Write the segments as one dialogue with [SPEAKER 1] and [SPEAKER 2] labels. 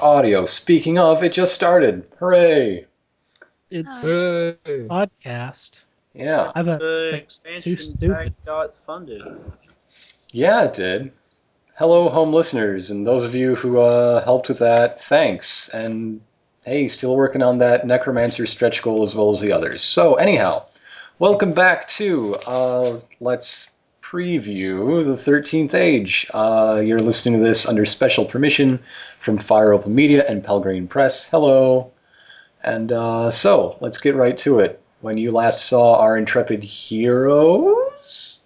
[SPEAKER 1] audio. Speaking of, it just started. Hooray!
[SPEAKER 2] It's
[SPEAKER 3] Uh, Hey.
[SPEAKER 2] podcast.
[SPEAKER 1] Yeah.
[SPEAKER 2] I bet it's
[SPEAKER 4] The
[SPEAKER 2] like
[SPEAKER 4] expansion
[SPEAKER 2] stupid.
[SPEAKER 4] pack got funded.
[SPEAKER 1] Yeah, it did. Hello, home listeners, and those of you who uh, helped with that, thanks. And hey, still working on that Necromancer stretch goal as well as the others. So, anyhow, welcome back to uh, Let's Preview the 13th Age. Uh, you're listening to this under special permission from Fire Open Media and Pelgrane Press. Hello. And uh, so, let's get right to it. When you last saw our intrepid heroes,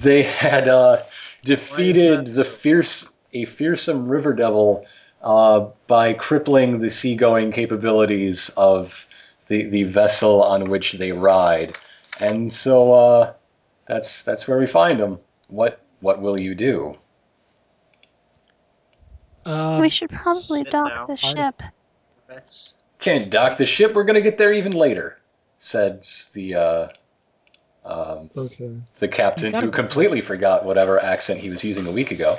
[SPEAKER 1] they had uh,
[SPEAKER 4] Why
[SPEAKER 1] defeated
[SPEAKER 4] is that
[SPEAKER 1] the
[SPEAKER 4] so-
[SPEAKER 1] fierce a fearsome river devil uh, by crippling the seagoing capabilities of the the vessel on which they ride. And so uh, that's that's where we find them. What what will you do?
[SPEAKER 2] Um,
[SPEAKER 5] we should probably
[SPEAKER 4] sit
[SPEAKER 5] dock
[SPEAKER 4] down.
[SPEAKER 5] the
[SPEAKER 2] Fine.
[SPEAKER 5] ship.
[SPEAKER 4] That's
[SPEAKER 1] Can't dock the ship. We're gonna get there even later," said the uh, um,
[SPEAKER 3] Okay.
[SPEAKER 1] the
[SPEAKER 2] He's
[SPEAKER 1] captain,
[SPEAKER 2] gotta
[SPEAKER 1] who
[SPEAKER 2] be-
[SPEAKER 1] completely forgot whatever accent he was using a week ago.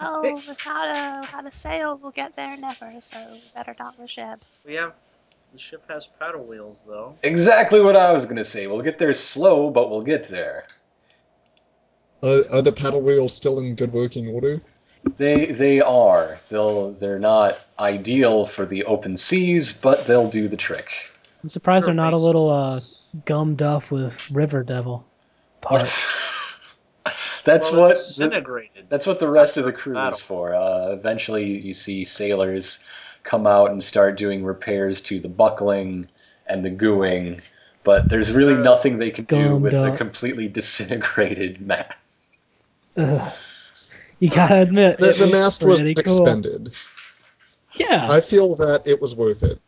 [SPEAKER 5] Oh, without a without a sail, we'll get there never. So we better dock the ship.
[SPEAKER 4] we have. The ship has paddle wheels though.
[SPEAKER 1] Exactly what I was gonna say. We'll get there slow, but we'll get there.
[SPEAKER 3] Are, are the paddle wheels still in good working order?
[SPEAKER 1] They they are. They'll they're not ideal for the open seas, but they'll do the trick.
[SPEAKER 2] I'm surprised they're not a
[SPEAKER 4] Everybody's-
[SPEAKER 2] little uh, gummed up with River Devil. Part.
[SPEAKER 1] That's
[SPEAKER 4] Well,
[SPEAKER 1] what
[SPEAKER 4] it
[SPEAKER 1] the,
[SPEAKER 4] disintegrated.
[SPEAKER 1] that's what the rest of the crew
[SPEAKER 4] Battle.
[SPEAKER 1] is for. Uh, eventually, you see sailors come out and start doing repairs to the buckling and the gooing, but there's really
[SPEAKER 4] Uh,
[SPEAKER 1] nothing they can do
[SPEAKER 2] Gummed
[SPEAKER 1] with a
[SPEAKER 2] up.
[SPEAKER 1] completely disintegrated mast.
[SPEAKER 2] Ugh. You gotta admit,
[SPEAKER 3] The,
[SPEAKER 2] it
[SPEAKER 3] the mast was
[SPEAKER 2] pretty
[SPEAKER 3] expended.
[SPEAKER 2] Cool. Yeah,
[SPEAKER 3] I feel that it was worth it.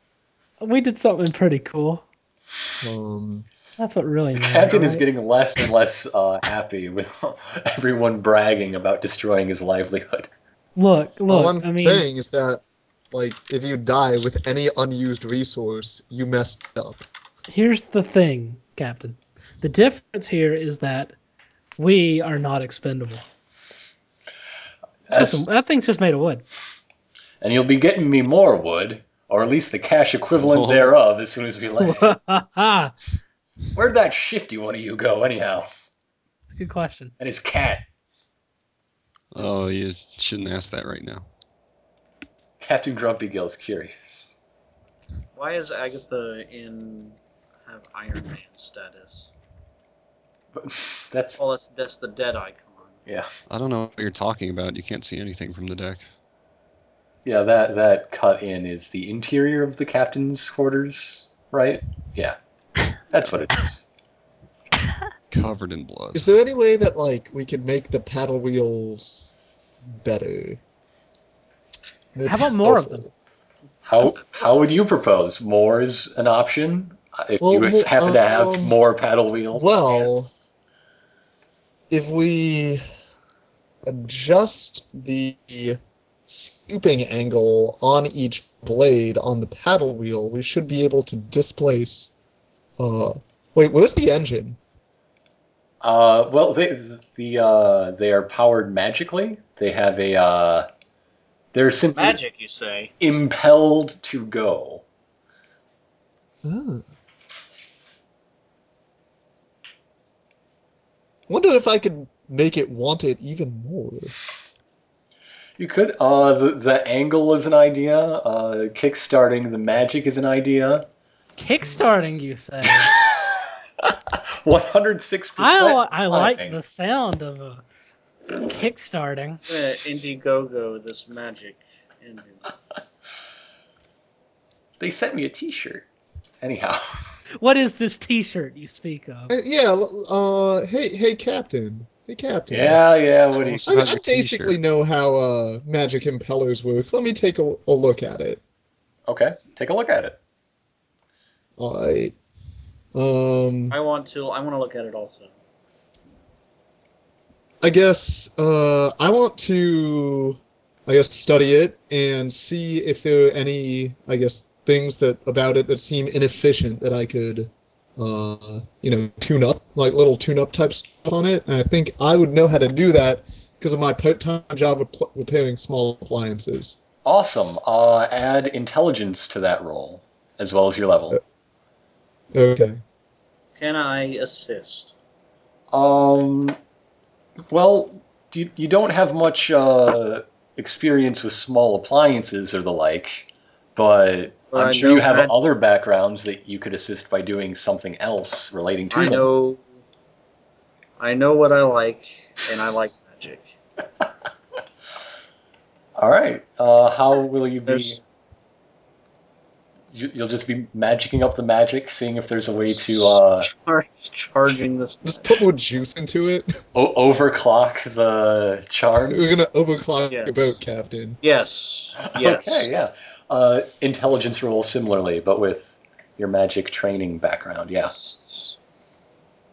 [SPEAKER 2] we did something pretty cool.
[SPEAKER 3] Um,
[SPEAKER 2] That's what really matters.
[SPEAKER 1] Captain is
[SPEAKER 2] right?
[SPEAKER 1] getting less and less uh, happy with everyone bragging about destroying his livelihood.
[SPEAKER 2] Look,
[SPEAKER 3] all
[SPEAKER 2] look.
[SPEAKER 3] I'm
[SPEAKER 2] I mean,
[SPEAKER 3] saying is that, like, if you die with any unused resource, you messed up.
[SPEAKER 2] here's the thing, Captain. The difference here is that we are not expendable. It's
[SPEAKER 1] That's-
[SPEAKER 2] just- that thing's just made of wood.
[SPEAKER 1] and you'll be getting me more wood, or at least the cash equivalent thereof, as soon as we land.
[SPEAKER 2] Good
[SPEAKER 1] Where'd that shifty one of you go, anyhow?
[SPEAKER 2] question.
[SPEAKER 1] And his cat.
[SPEAKER 6] Oh, you shouldn't ask that right now.
[SPEAKER 1] Captain Grumpy Gill's curious.
[SPEAKER 4] Why is Agatha in have Iron Man status?
[SPEAKER 1] That's
[SPEAKER 4] Well, that's that's the dead icon.
[SPEAKER 1] yeah,
[SPEAKER 6] I don't know what you're talking about. You can't see anything from the deck.
[SPEAKER 1] yeah. That that cut in is the interior of the captain's quarters, right? Yeah, that's what it is.
[SPEAKER 6] Covered in blood.
[SPEAKER 3] Is there any way that, like, we could make the paddle wheels better? More
[SPEAKER 2] How about more of
[SPEAKER 3] powerful?
[SPEAKER 2] them?
[SPEAKER 1] How how would you propose? More is an option if
[SPEAKER 3] Well,
[SPEAKER 1] you
[SPEAKER 3] well,
[SPEAKER 1] happen to have
[SPEAKER 3] um,
[SPEAKER 1] more paddle wheels.
[SPEAKER 3] Well, if we adjust the scooping angle on each blade on the paddle wheel, we should be able to displace. Uh, wait, where's the engine?
[SPEAKER 1] Uh, well, they the uh, they are powered magically. They have a uh, they're simply
[SPEAKER 4] Magic, you say?
[SPEAKER 1] impelled to go.
[SPEAKER 3] Ah. Wonder if I could make it want it even more.
[SPEAKER 1] You could uh, the the angle is an idea. Uh, kickstarting the magic is an idea.
[SPEAKER 2] Kickstarting, you say?
[SPEAKER 1] One hundred six
[SPEAKER 2] I,
[SPEAKER 1] percent.
[SPEAKER 2] li- I like the sound of a kickstarting.
[SPEAKER 4] I'm gonna Indiegogo this magic engine.
[SPEAKER 1] They sent me a T-shirt. Anyhow,
[SPEAKER 2] What is this T-shirt you speak of?
[SPEAKER 3] Uh, Yeah. l- Uh. Hey. Hey, Captain. Hey, Captain.
[SPEAKER 1] yeah, yeah. What do you?
[SPEAKER 6] It's
[SPEAKER 3] I,
[SPEAKER 6] about
[SPEAKER 3] I
[SPEAKER 6] your
[SPEAKER 3] basically
[SPEAKER 6] t-shirt.
[SPEAKER 3] know how uh, magic impellers work. Let me take a, a look at it.
[SPEAKER 1] Okay, take a look at it.
[SPEAKER 3] Alright. Um,
[SPEAKER 4] I want to. I want to look at it also.
[SPEAKER 3] I guess uh, I want to, I guess, study it and see if there are any, I guess, things that about it that seem inefficient that I could, uh, you know, tune up, like little tune-up type stuff on it. And I think I would know how to do that because of my part-time job of pl- repairing small appliances.
[SPEAKER 1] Awesome. Uh, add intelligence to that roll, as well as your level.
[SPEAKER 3] Okay.
[SPEAKER 4] Can I assist?
[SPEAKER 1] Um, well, you, you don't have much uh, experience with small appliances or the like, but
[SPEAKER 4] Well, I
[SPEAKER 1] I'm sure you
[SPEAKER 4] know
[SPEAKER 1] have
[SPEAKER 4] that-
[SPEAKER 1] other backgrounds that you could assist by doing something else relating to
[SPEAKER 4] I
[SPEAKER 1] them.
[SPEAKER 4] know. I know what I like, and I like magic.
[SPEAKER 1] All right. Uh, how will you be?
[SPEAKER 4] There's-
[SPEAKER 1] You- You'll just be magicking up the magic, seeing if there's a way to uh,
[SPEAKER 4] Char- charging this.
[SPEAKER 3] Just put more juice into it.
[SPEAKER 1] o- overclock the charms.
[SPEAKER 3] We're gonna overclock
[SPEAKER 4] Yes.
[SPEAKER 3] your boat, Captain.
[SPEAKER 4] Yes. Yes.
[SPEAKER 1] Okay, yeah. Uh, intelligence roll similarly, but with your magic training background. Yeah.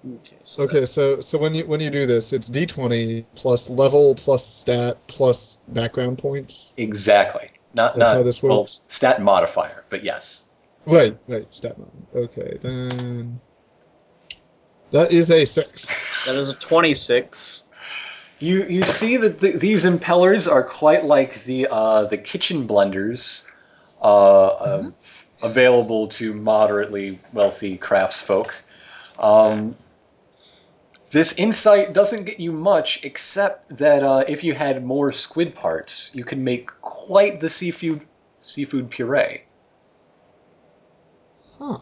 [SPEAKER 4] Okay. So
[SPEAKER 3] Okay, so so when you when you do this, it's D20 plus level plus stat plus background points.
[SPEAKER 1] Exactly. Not
[SPEAKER 3] That's
[SPEAKER 1] not
[SPEAKER 3] how this
[SPEAKER 1] well,
[SPEAKER 3] works.
[SPEAKER 1] stat modifier, but yes.
[SPEAKER 3] Right, right, stat mod. Okay, then that is a six.
[SPEAKER 4] That is a 26.
[SPEAKER 1] You you see that th- these impellers are quite like the uh, the kitchen blenders uh,
[SPEAKER 3] Mm-hmm.
[SPEAKER 1] of, available to moderately wealthy craftsfolk. Um, this insight doesn't get you much, except that uh, if you had more squid parts, you can make quite the seafood seafood puree.
[SPEAKER 3] Huh.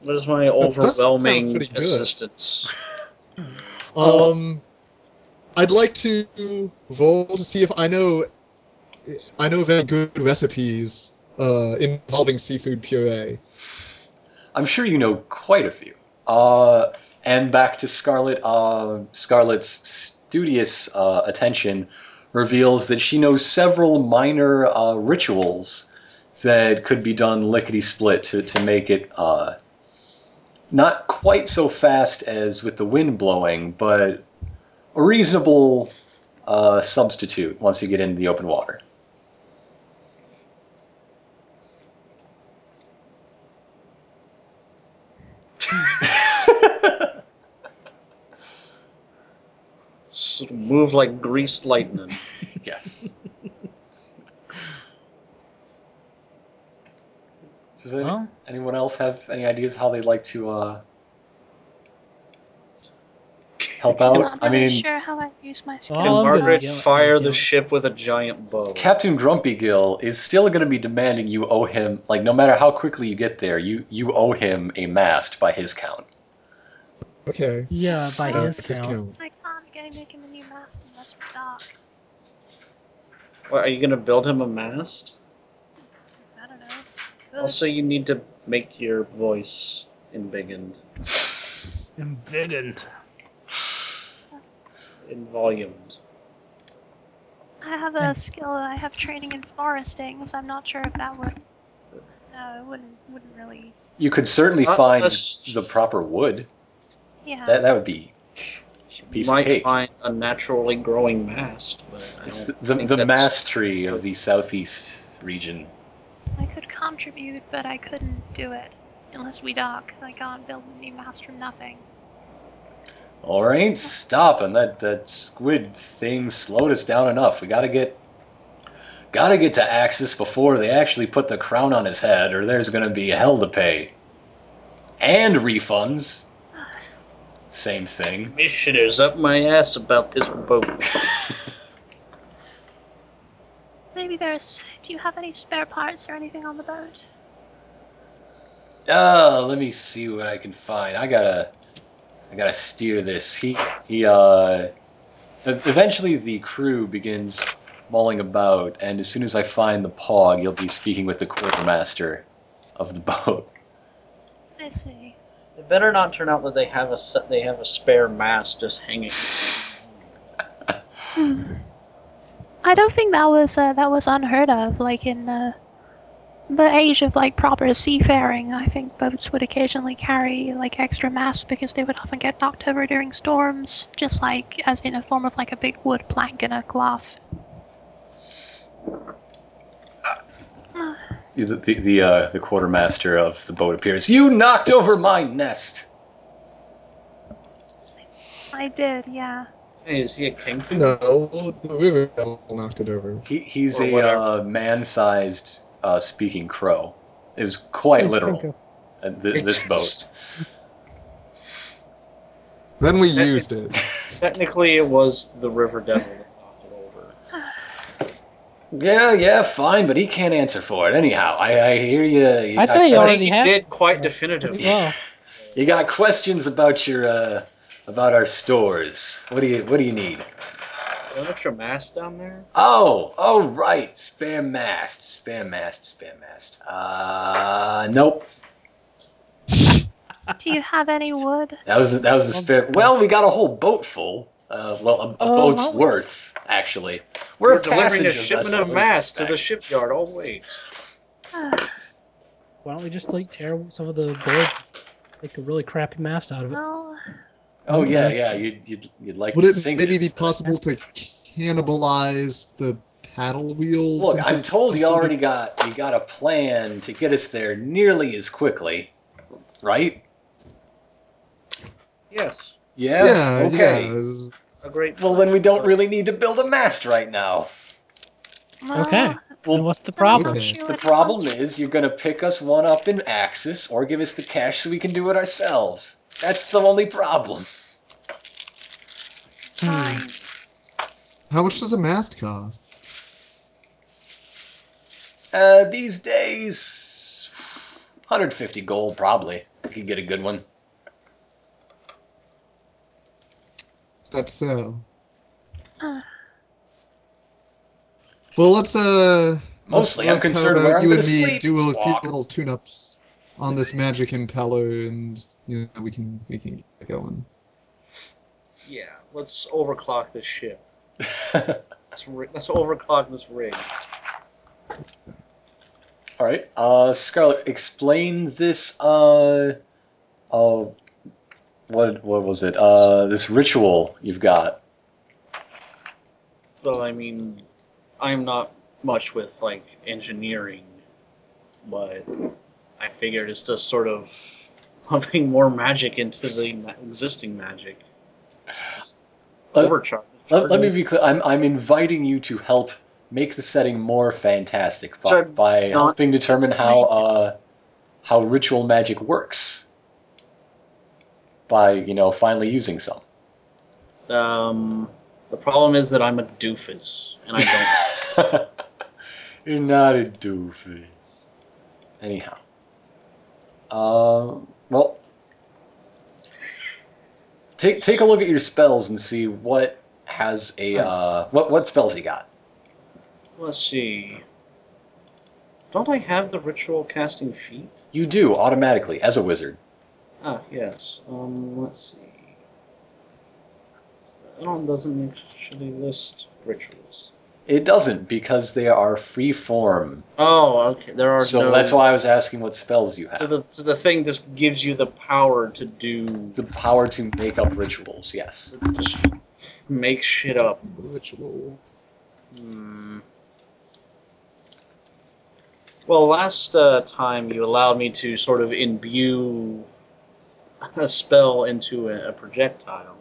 [SPEAKER 4] What is my
[SPEAKER 3] does sound
[SPEAKER 4] overwhelming
[SPEAKER 3] pretty good.
[SPEAKER 4] assistance? Oh.
[SPEAKER 3] Um, I'd like to roll to see if I know I know very good recipes uh, involving seafood puree.
[SPEAKER 1] I'm sure you know quite a few. Uh, and back to Scarlet. Uh, Scarlet's studious uh, attention reveals that she knows several minor uh, rituals that could be done lickety split to, to make it uh, not quite so fast as with the wind blowing, but a reasonable uh, substitute once you get into the open water.
[SPEAKER 4] Sort of Move like greased lightning.
[SPEAKER 2] Oh,
[SPEAKER 1] Yes. Does any-
[SPEAKER 2] Well,
[SPEAKER 1] anyone else have any ideas how they'd like to uh, help
[SPEAKER 5] I'm
[SPEAKER 1] out?
[SPEAKER 5] not
[SPEAKER 1] Oh, I
[SPEAKER 5] really
[SPEAKER 1] mean,
[SPEAKER 5] sure how I use my skills.
[SPEAKER 4] Can
[SPEAKER 2] All I'm gonna
[SPEAKER 4] Margaret
[SPEAKER 2] yell at-
[SPEAKER 4] fire
[SPEAKER 2] yell
[SPEAKER 4] the
[SPEAKER 2] at-
[SPEAKER 4] ship with a giant bow?
[SPEAKER 1] Captain Grumpy Gill is still going to be demanding you owe him, like, no matter how quickly you get there, you, you owe him a mast by his count.
[SPEAKER 3] Okay.
[SPEAKER 2] yeah, by
[SPEAKER 5] Uh,
[SPEAKER 2] his count.
[SPEAKER 5] I can't go make him a new mask unless we're dark.
[SPEAKER 4] What, are you going to build him a mast?
[SPEAKER 5] I don't know.
[SPEAKER 2] Uh,
[SPEAKER 4] Also, you need to make your voice embiggened
[SPEAKER 2] Invigant.
[SPEAKER 4] and volumed.
[SPEAKER 5] I have a skill. I have training in floristing, so I'm not sure if that would. No, it wouldn't. Wouldn't really.
[SPEAKER 1] You could certainly
[SPEAKER 4] Uh,
[SPEAKER 1] find
[SPEAKER 4] that's-
[SPEAKER 1] the proper wood.
[SPEAKER 5] Yeah.
[SPEAKER 1] That, that would be. Piece
[SPEAKER 4] you
[SPEAKER 1] of
[SPEAKER 4] might
[SPEAKER 1] cake.
[SPEAKER 4] find a naturally growing mast, but I
[SPEAKER 1] It's
[SPEAKER 4] don't
[SPEAKER 1] the,
[SPEAKER 4] think
[SPEAKER 1] the
[SPEAKER 4] that's-
[SPEAKER 1] mast tree of the southeast region.
[SPEAKER 5] I could contribute, but I couldn't do it unless we dock. I can't build a new mask from nothing.
[SPEAKER 1] All right, stop! And that that squid thing slowed us down enough. We gotta get, gotta get to Axis before they actually put the crown on his head, or there's gonna be hell to pay. And refunds. Same thing.
[SPEAKER 4] Commissioner's up my ass about this boat.
[SPEAKER 5] Maybe there's. Do you have any spare parts or anything on the boat?
[SPEAKER 1] Uh, let me see what I can find. I gotta, I gotta steer this. He, he, uh, e- eventually the crew begins mulling about, and as soon as I find the pog, you'll be speaking with the quartermaster of the boat.
[SPEAKER 5] I see.
[SPEAKER 4] It better not turn out that they have a se- they have a spare mast just hanging.
[SPEAKER 5] I don't think that was uh, that was unheard of. Like in the the age of like proper seafaring, I think boats would occasionally carry like extra masts because they would often get knocked over during storms, just like as in a form of like a big wood plank and a cloth.
[SPEAKER 1] The, the, the, uh, the quartermaster of the boat appears. You knocked over my nest!
[SPEAKER 5] I did, yeah.
[SPEAKER 4] Hey, is he a kingpin?
[SPEAKER 3] No, the river devil knocked it over.
[SPEAKER 1] He, he's
[SPEAKER 4] Or
[SPEAKER 1] a
[SPEAKER 4] whatever.
[SPEAKER 1] uh, man-sized uh, speaking crow. It was quite
[SPEAKER 2] He's
[SPEAKER 1] literal.
[SPEAKER 2] Pinko.
[SPEAKER 1] uh, th- this boat.
[SPEAKER 3] Then we used it.
[SPEAKER 4] Technically, it was the river devil that knocked it over.
[SPEAKER 1] Yeah, yeah, fine, but he can't answer for it anyhow. I, I hear you.
[SPEAKER 2] I tell you
[SPEAKER 1] got-
[SPEAKER 2] already
[SPEAKER 4] he
[SPEAKER 2] has-
[SPEAKER 4] did quite definitively.
[SPEAKER 2] Well,
[SPEAKER 1] You got questions about your uh, about our stores. What do you What do you need?
[SPEAKER 4] An extra mass down there?
[SPEAKER 1] Oh, oh right, spam mast, spam mast, spam mast. Uh, nope.
[SPEAKER 5] Do you have any wood?
[SPEAKER 1] That was that was the spam. Well, we got a whole boat full. Uh, well, a, a
[SPEAKER 2] Uh,
[SPEAKER 1] boat's
[SPEAKER 2] how-
[SPEAKER 1] worth actually. We're,
[SPEAKER 4] We're,
[SPEAKER 1] a
[SPEAKER 4] delivering a
[SPEAKER 1] passenger
[SPEAKER 4] shipment
[SPEAKER 1] vessel.
[SPEAKER 4] of
[SPEAKER 1] What do you
[SPEAKER 4] mass to the
[SPEAKER 1] expect?
[SPEAKER 4] shipyard. Oh wait,
[SPEAKER 5] Ah,
[SPEAKER 2] why don't we just like tear some of the boards, make a really crappy mast out of it?
[SPEAKER 5] well,
[SPEAKER 1] Oh yeah,
[SPEAKER 2] That's-
[SPEAKER 1] yeah. You'd you'd, you'd like
[SPEAKER 3] Would
[SPEAKER 1] to
[SPEAKER 3] it
[SPEAKER 1] sing
[SPEAKER 3] maybe
[SPEAKER 1] this,
[SPEAKER 3] be
[SPEAKER 1] but-
[SPEAKER 3] possible to cannibalize the paddle wheels?
[SPEAKER 1] Look,
[SPEAKER 3] into
[SPEAKER 1] I'm told you
[SPEAKER 3] some-
[SPEAKER 1] already got you got a plan to get us there nearly as quickly, right?
[SPEAKER 4] yes,
[SPEAKER 1] Yeah.
[SPEAKER 3] Yeah.
[SPEAKER 1] okay.
[SPEAKER 3] yeah.
[SPEAKER 4] a great.
[SPEAKER 1] Well, then we don't really need to build a mast right now.
[SPEAKER 5] well,
[SPEAKER 2] Okay.
[SPEAKER 1] Well,
[SPEAKER 2] and what's the
[SPEAKER 5] then I'll
[SPEAKER 2] problem?
[SPEAKER 3] Okay.
[SPEAKER 5] shoot
[SPEAKER 1] The
[SPEAKER 5] any
[SPEAKER 1] problem
[SPEAKER 5] monster.
[SPEAKER 1] is you're gonna pick us one up in Axis or give us the cash so we can do it ourselves. That's the only problem.
[SPEAKER 5] Fine.
[SPEAKER 3] How much does a mast cost?
[SPEAKER 1] Uh, these days, 150 gold probably. You could get a good one.
[SPEAKER 3] Is that so?
[SPEAKER 5] Ah.
[SPEAKER 3] Well, let's uh.
[SPEAKER 1] Mostly,
[SPEAKER 3] let's,
[SPEAKER 1] I'm
[SPEAKER 3] let's- how
[SPEAKER 1] concerned
[SPEAKER 3] about
[SPEAKER 1] where I'm
[SPEAKER 3] you
[SPEAKER 1] gonna
[SPEAKER 3] and me
[SPEAKER 1] sleep.
[SPEAKER 3] do a few
[SPEAKER 1] Squawk.
[SPEAKER 3] little tune-ups on this magic impeller, and you know we can we can get going.
[SPEAKER 4] Yeah, let's overclock this ship. Let's, ri- let's overclock this rig.
[SPEAKER 1] All right, uh, Scarlet, explain this. Uh, uh, what what was it? Uh, this ritual you've got.
[SPEAKER 4] Well, I mean, I'm not much with like engineering, but I figured it's just sort of pumping more magic into the ma- existing magic. Just
[SPEAKER 1] Let-
[SPEAKER 4] overcharge.
[SPEAKER 1] Let, let me be clear. I'm I'm inviting you to help make the setting more fantastic by,
[SPEAKER 4] So,
[SPEAKER 1] by
[SPEAKER 4] not-
[SPEAKER 1] helping determine how uh, how ritual magic works. By you know finally using some.
[SPEAKER 4] Um, the problem is that I'm a doofus, and I don't.
[SPEAKER 1] You're not a doofus. Anyhow. Um. well. Take take a look at your spells and see what has a uh what what spells you got.
[SPEAKER 4] Let's see. Don't I have the ritual casting feat?
[SPEAKER 1] You do automatically as a wizard.
[SPEAKER 4] Ah, yes. Um, let's see. That one doesn't actually list rituals.
[SPEAKER 1] It doesn't because they are free form.
[SPEAKER 4] Oh, okay. There are
[SPEAKER 1] So
[SPEAKER 4] no.
[SPEAKER 1] that's why I was asking what spells you
[SPEAKER 4] So
[SPEAKER 1] have.
[SPEAKER 4] the, so the thing just gives you the power to do
[SPEAKER 1] The power to make up rituals. Yes.
[SPEAKER 4] just make shit up.
[SPEAKER 3] Ritual.
[SPEAKER 4] Hmm. Well, last uh, time you allowed me to sort of imbue a spell into a, a projectile. Hmm,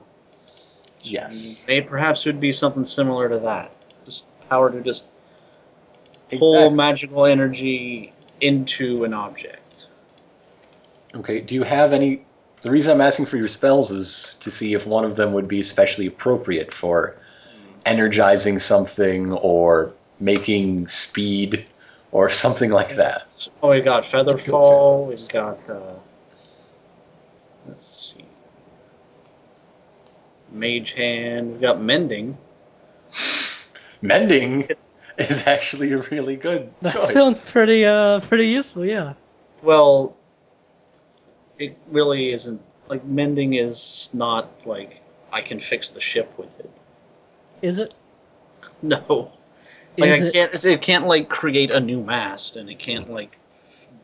[SPEAKER 1] Yes.
[SPEAKER 4] May perhaps it would be something similar to that. Just power to just pull
[SPEAKER 1] Exactly.
[SPEAKER 4] magical energy into an object.
[SPEAKER 1] Okay, do you have any? The reason I'm asking for your spells is to see if one of them would be especially appropriate for energizing something or making speed or something like that.
[SPEAKER 4] Oh, we've got feather fall. We've got. Uh, let's see. Mage hand. We've got mending.
[SPEAKER 1] Mending is actually a really good
[SPEAKER 2] That
[SPEAKER 1] choice.
[SPEAKER 2] sounds pretty uh pretty useful. Yeah.
[SPEAKER 4] Well, it really isn't. Like mending is not like I can fix the ship with it.
[SPEAKER 2] Is it?
[SPEAKER 4] No. Like
[SPEAKER 2] Is
[SPEAKER 4] I
[SPEAKER 2] it?
[SPEAKER 4] can't. it's- It can't like create a new mast, and it can't like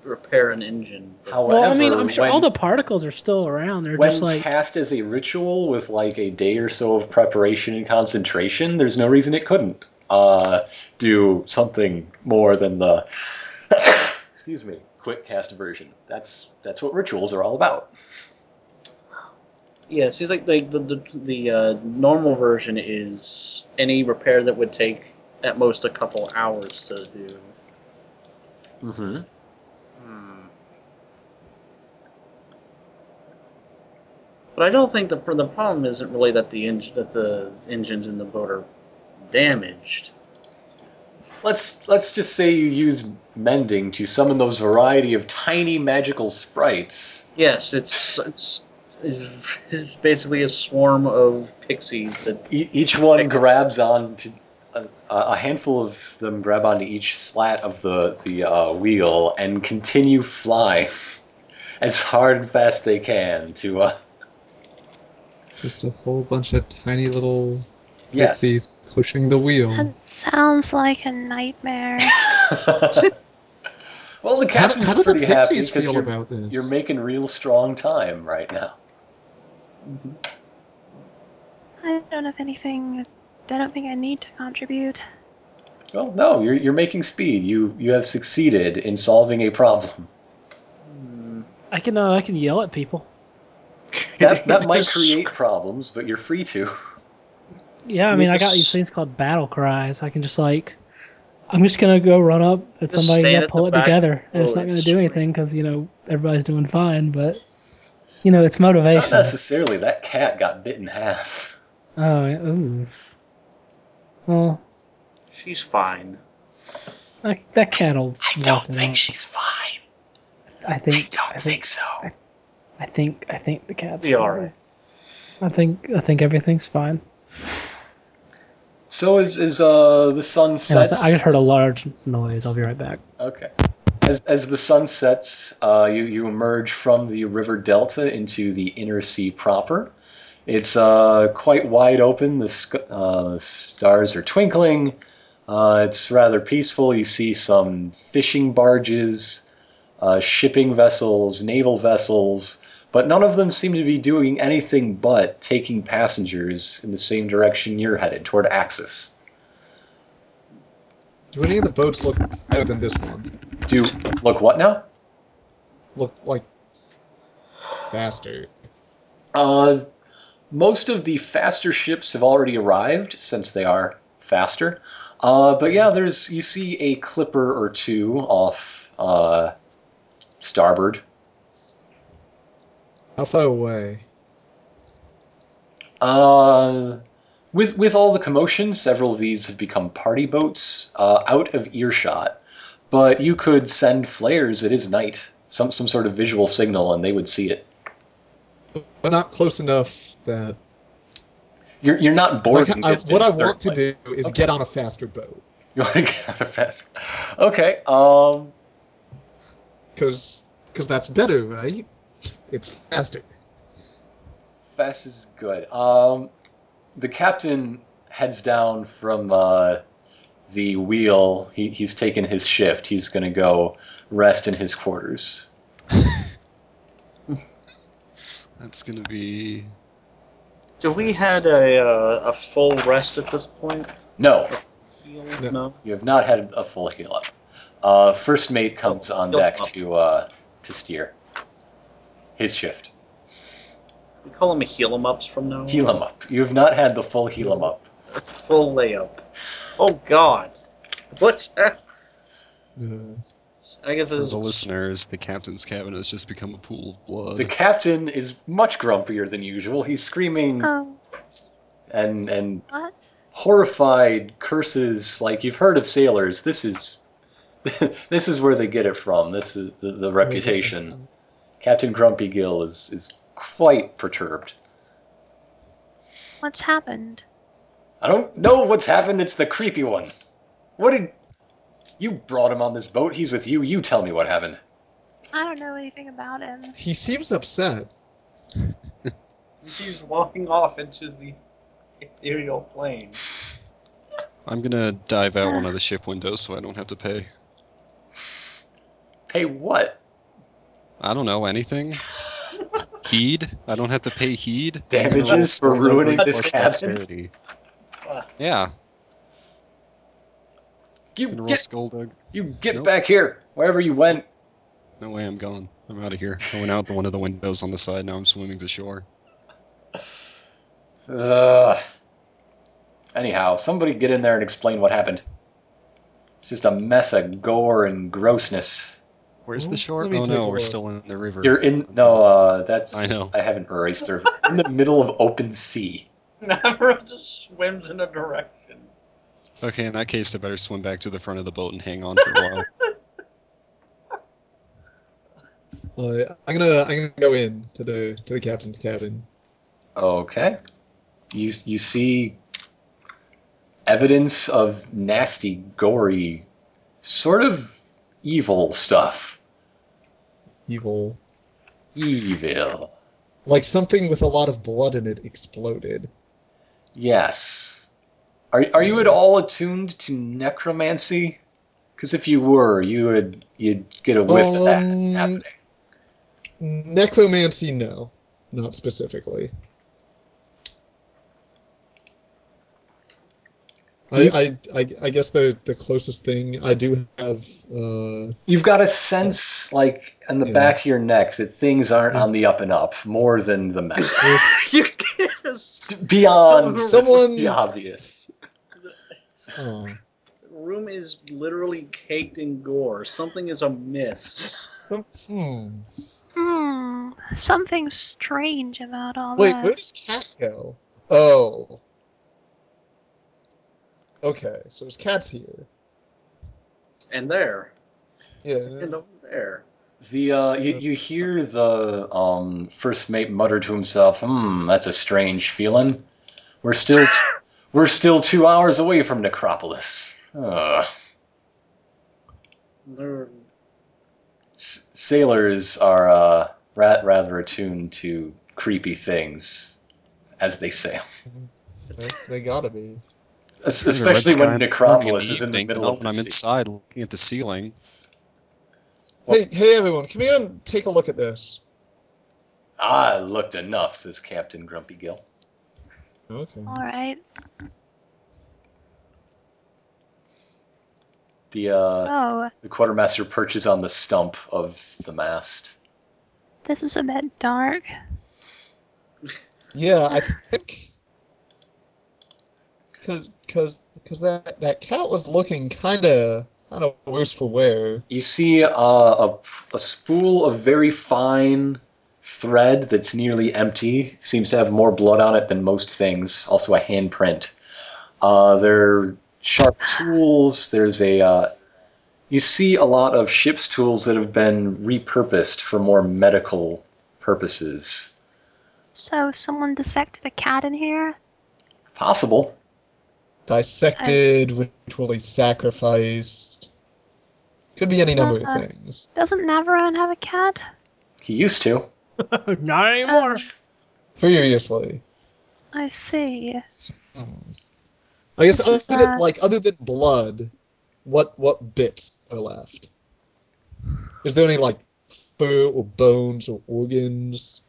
[SPEAKER 4] repair an engine.
[SPEAKER 1] However,
[SPEAKER 2] Well, I mean, I'm sure
[SPEAKER 1] when,
[SPEAKER 2] all the particles are still around. They're
[SPEAKER 1] when
[SPEAKER 2] just like
[SPEAKER 1] cast as a ritual with like a day or so of preparation and concentration, there's no reason it couldn't uh, do something more than the excuse me quick cast version. That's that's what rituals are all about.
[SPEAKER 4] Yeah, it seems like like the the, the uh, normal version is any repair that would take at most a couple hours to do.
[SPEAKER 1] Mm-hmm.
[SPEAKER 4] Hmm. But I don't think the pr- the problem isn't really that the eng- that the engines in the boat are damaged.
[SPEAKER 1] Let's let's just say you use mending to summon those variety of tiny magical sprites.
[SPEAKER 4] Yes, it's it's it's basically a swarm of pixies that
[SPEAKER 1] E- each one
[SPEAKER 4] Fixed.
[SPEAKER 1] grabs on to a, a handful of them grab onto each slat of the the uh, wheel and continue flying as hard and fast they can to uh,
[SPEAKER 3] Just a whole bunch of tiny little
[SPEAKER 1] yes.
[SPEAKER 3] pixies pushing the wheel.
[SPEAKER 2] Hmm.
[SPEAKER 5] That sounds like a nightmare.
[SPEAKER 1] well, the
[SPEAKER 3] How, do-
[SPEAKER 1] captain's
[SPEAKER 3] how do the
[SPEAKER 1] pretty happy
[SPEAKER 3] pixies
[SPEAKER 1] because
[SPEAKER 3] feel
[SPEAKER 1] you're,
[SPEAKER 3] about this?
[SPEAKER 1] you're making real strong time right now.
[SPEAKER 5] I don't have anything. I don't think I need to contribute.
[SPEAKER 1] Well, no, you're you're making speed. You you have succeeded in solving a problem.
[SPEAKER 2] I can uh, I can yell at people.
[SPEAKER 1] That that might
[SPEAKER 4] Just
[SPEAKER 1] create problems, but you're free to.
[SPEAKER 2] Yeah, I mean, I got these things called battle cries. I can just like, I'm just gonna go run up at
[SPEAKER 4] Just
[SPEAKER 2] somebody and
[SPEAKER 4] stand
[SPEAKER 2] yell,
[SPEAKER 4] at
[SPEAKER 2] pull
[SPEAKER 4] the
[SPEAKER 2] it
[SPEAKER 4] back
[SPEAKER 2] together, and it's
[SPEAKER 4] row
[SPEAKER 2] not
[SPEAKER 4] and
[SPEAKER 2] gonna do anything because you know everybody's doing fine. But you know, it's motivation.
[SPEAKER 1] Not necessarily. That cat got bit in half.
[SPEAKER 2] Oh, yeah, ooh. Well,
[SPEAKER 4] She's fine.
[SPEAKER 2] I, that cat'll. walk it out.
[SPEAKER 1] she's fine.
[SPEAKER 2] I think.
[SPEAKER 1] don't think so.
[SPEAKER 2] I think. I think the cat's.
[SPEAKER 4] Be all
[SPEAKER 2] fine.
[SPEAKER 4] right.
[SPEAKER 2] I think. I think everything's fine.
[SPEAKER 1] So is is uh the sun
[SPEAKER 2] And I,
[SPEAKER 1] sets?
[SPEAKER 2] th- I just heard a large noise. I'll be right back.
[SPEAKER 1] Okay. As, as the sun sets, uh, you, you emerge from the river delta into the inner sea proper. It's uh, quite wide open. The sc- uh, stars are twinkling. Uh, it's rather peaceful. You see some fishing barges, uh, shipping vessels, naval vessels, but none of them seem to be doing anything but taking passengers in the same direction you're headed, toward Axis.
[SPEAKER 3] Do any of the boats look better than this one?
[SPEAKER 1] Do you look what now?
[SPEAKER 3] Look like faster.
[SPEAKER 1] Uh, most of the faster ships have already arrived since they are faster. Uh, but yeah, there's you see a clipper or two off uh, starboard.
[SPEAKER 3] How far away?
[SPEAKER 1] Uh, with with all the commotion, several of these have become party boats uh, out of earshot. But you could send flares. It is night. Some some sort of visual signal, and they would see it.
[SPEAKER 3] But not close enough that.
[SPEAKER 1] You're you're not
[SPEAKER 3] Like,
[SPEAKER 1] boarding
[SPEAKER 3] I,
[SPEAKER 1] distance.
[SPEAKER 3] what I want to
[SPEAKER 1] certainly.
[SPEAKER 3] do is
[SPEAKER 1] Okay.
[SPEAKER 3] get on a faster boat.
[SPEAKER 1] You want to get out of fast. Okay. Um.
[SPEAKER 3] Because cause that's better, right? It's faster.
[SPEAKER 1] Fast is good. Um, the captain heads down from uh, the wheel. He, he's taken his shift. He's going to go rest in his quarters.
[SPEAKER 6] That's gonna be.
[SPEAKER 4] Do we had a uh, a full rest at this point?
[SPEAKER 1] No,
[SPEAKER 4] No.
[SPEAKER 3] No.
[SPEAKER 1] you have not had a full heal up. Uh, first mate comes on
[SPEAKER 4] Heal
[SPEAKER 1] deck
[SPEAKER 4] up.
[SPEAKER 1] to uh, to steer his shift.
[SPEAKER 4] We call them a heal 'em ups from now. on.
[SPEAKER 1] Heal him up. You have not had the full heal him up.
[SPEAKER 4] Full layup. Oh God, what's that?
[SPEAKER 3] Uh,
[SPEAKER 4] I guess
[SPEAKER 6] For
[SPEAKER 4] it's
[SPEAKER 6] the listeners, the captain's cabin has just become a pool
[SPEAKER 1] The
[SPEAKER 6] of blood.
[SPEAKER 1] captain is much grumpier than usual. He's screaming
[SPEAKER 5] Oh,
[SPEAKER 1] and and
[SPEAKER 5] what?
[SPEAKER 1] horrified curses like you've heard of sailors this is this is where they get it from this is the, the reputation captain grumpy gill is is quite perturbed
[SPEAKER 5] What's happened?
[SPEAKER 1] i don't know what's happened it's the creepy one what did you brought him on this boat he's with you you tell me what happened
[SPEAKER 5] I don't know anything about him.
[SPEAKER 3] He seems upset.
[SPEAKER 4] She's walking off into the ethereal plane.
[SPEAKER 6] I'm gonna dive out one of the ship windows so I don't have to pay.
[SPEAKER 1] pay what
[SPEAKER 6] I don't know anything. heed? I don't have to pay heed. I'm gonna roll
[SPEAKER 1] Damages for
[SPEAKER 6] stone
[SPEAKER 1] ruining
[SPEAKER 6] over
[SPEAKER 1] this
[SPEAKER 6] plus
[SPEAKER 1] cabin?
[SPEAKER 6] dexterity. Yeah,
[SPEAKER 1] you
[SPEAKER 6] I'm gonna roll
[SPEAKER 1] get
[SPEAKER 6] skulldug.
[SPEAKER 1] you get
[SPEAKER 6] Nope.
[SPEAKER 1] back here wherever you went
[SPEAKER 6] No way, I'm gone. I'm out of here. I went out the one of the windows on the side. Now I'm swimming to shore.
[SPEAKER 1] Ugh. Anyhow, somebody get in there and explain what happened. It's just a mess of gore and grossness.
[SPEAKER 6] Where's the
[SPEAKER 3] Well,
[SPEAKER 6] shore?
[SPEAKER 3] let me
[SPEAKER 6] Oh
[SPEAKER 3] take
[SPEAKER 6] no,
[SPEAKER 3] a
[SPEAKER 6] we're
[SPEAKER 3] look.
[SPEAKER 6] still in the river.
[SPEAKER 1] You're in no, uh, that's
[SPEAKER 6] I know.
[SPEAKER 1] I haven't erased her. in the middle of open sea.
[SPEAKER 4] Navarro just swims in a direction.
[SPEAKER 6] Okay, in that case, I better swim back to the front of the boat and hang on for a while.
[SPEAKER 3] Alright, I'm gonna I'm gonna go in to the to the captain's cabin.
[SPEAKER 1] Okay. You you see evidence of nasty, gory, sort of evil stuff.
[SPEAKER 3] Evil,
[SPEAKER 1] Evil.
[SPEAKER 3] like something with a lot of blood in it exploded.
[SPEAKER 1] Yes. Are are you at all attuned to necromancy? Because if you were, you would you'd get a whiff of that
[SPEAKER 3] Um,
[SPEAKER 1] happening.
[SPEAKER 3] Necromancy, no, not specifically. I, I, I, I guess the, the closest thing I do have uh,
[SPEAKER 1] You've got a sense, like in the
[SPEAKER 3] Yeah.
[SPEAKER 1] back of your neck, that things aren't on the up and up more than the mess.
[SPEAKER 4] you can't assume
[SPEAKER 1] Beyond
[SPEAKER 3] Someone-
[SPEAKER 1] the obvious.
[SPEAKER 3] oh,
[SPEAKER 4] room is literally caked in gore. Something is amiss.
[SPEAKER 3] some- hmm.
[SPEAKER 5] Hmm. Something strange about all
[SPEAKER 3] Wait, where
[SPEAKER 5] this.
[SPEAKER 3] did Cat go? Oh. Okay, so it's Cat's here.
[SPEAKER 4] And there.
[SPEAKER 3] Yeah.
[SPEAKER 4] And over there.
[SPEAKER 1] The uh, you, you hear the um, first mate mutter to himself, "Hmm, that's a strange feeling. We're still t- we're still two hours away from Necropolis." Ugh.
[SPEAKER 4] There-
[SPEAKER 1] S- sailors are uh, ra- rather attuned to creepy things as they sail,
[SPEAKER 3] They gotta be.
[SPEAKER 1] Es-
[SPEAKER 6] There's a red
[SPEAKER 1] especially when
[SPEAKER 6] sky in the morning
[SPEAKER 1] Necropolis
[SPEAKER 6] and
[SPEAKER 1] is in the
[SPEAKER 6] evening,
[SPEAKER 1] middle
[SPEAKER 6] not
[SPEAKER 1] of
[SPEAKER 6] when
[SPEAKER 1] the
[SPEAKER 6] I'm
[SPEAKER 1] sea.
[SPEAKER 6] inside looking at the ceiling.
[SPEAKER 3] Hey, hey everyone, come here and take a look at this.
[SPEAKER 1] I Ah, looked enough, says Captain Grumpy Gill.
[SPEAKER 3] Okay.
[SPEAKER 5] All right.
[SPEAKER 1] The uh,
[SPEAKER 5] Oh,
[SPEAKER 1] the quartermaster perches on the stump of the mast.
[SPEAKER 5] this is a bit dark.
[SPEAKER 3] Yeah, I think. Cause, cause, cause that that cat was looking kind of kind of worse for wear.
[SPEAKER 1] You see uh, a a spool of very fine thread that's nearly empty. Seems to have more blood on it than most things. Also a handprint. Uh, there are sharp tools. There's a uh, you see a lot of ship's tools that have been repurposed for more medical purposes.
[SPEAKER 5] So someone dissected a cat in here.
[SPEAKER 1] Possible.
[SPEAKER 3] Dissected, ritually sacrificed. Could be any
[SPEAKER 5] It's not
[SPEAKER 3] number of
[SPEAKER 5] a-
[SPEAKER 3] things.
[SPEAKER 5] Doesn't Navarone have a cat?
[SPEAKER 1] He used to.
[SPEAKER 2] Not anymore.
[SPEAKER 5] Um,
[SPEAKER 3] Furiously. Hmm.
[SPEAKER 5] I see.
[SPEAKER 3] I guess
[SPEAKER 5] This is,
[SPEAKER 3] other than,
[SPEAKER 5] uh,
[SPEAKER 3] like other than blood, what what bits are left? Is there any like fur or bones or organs?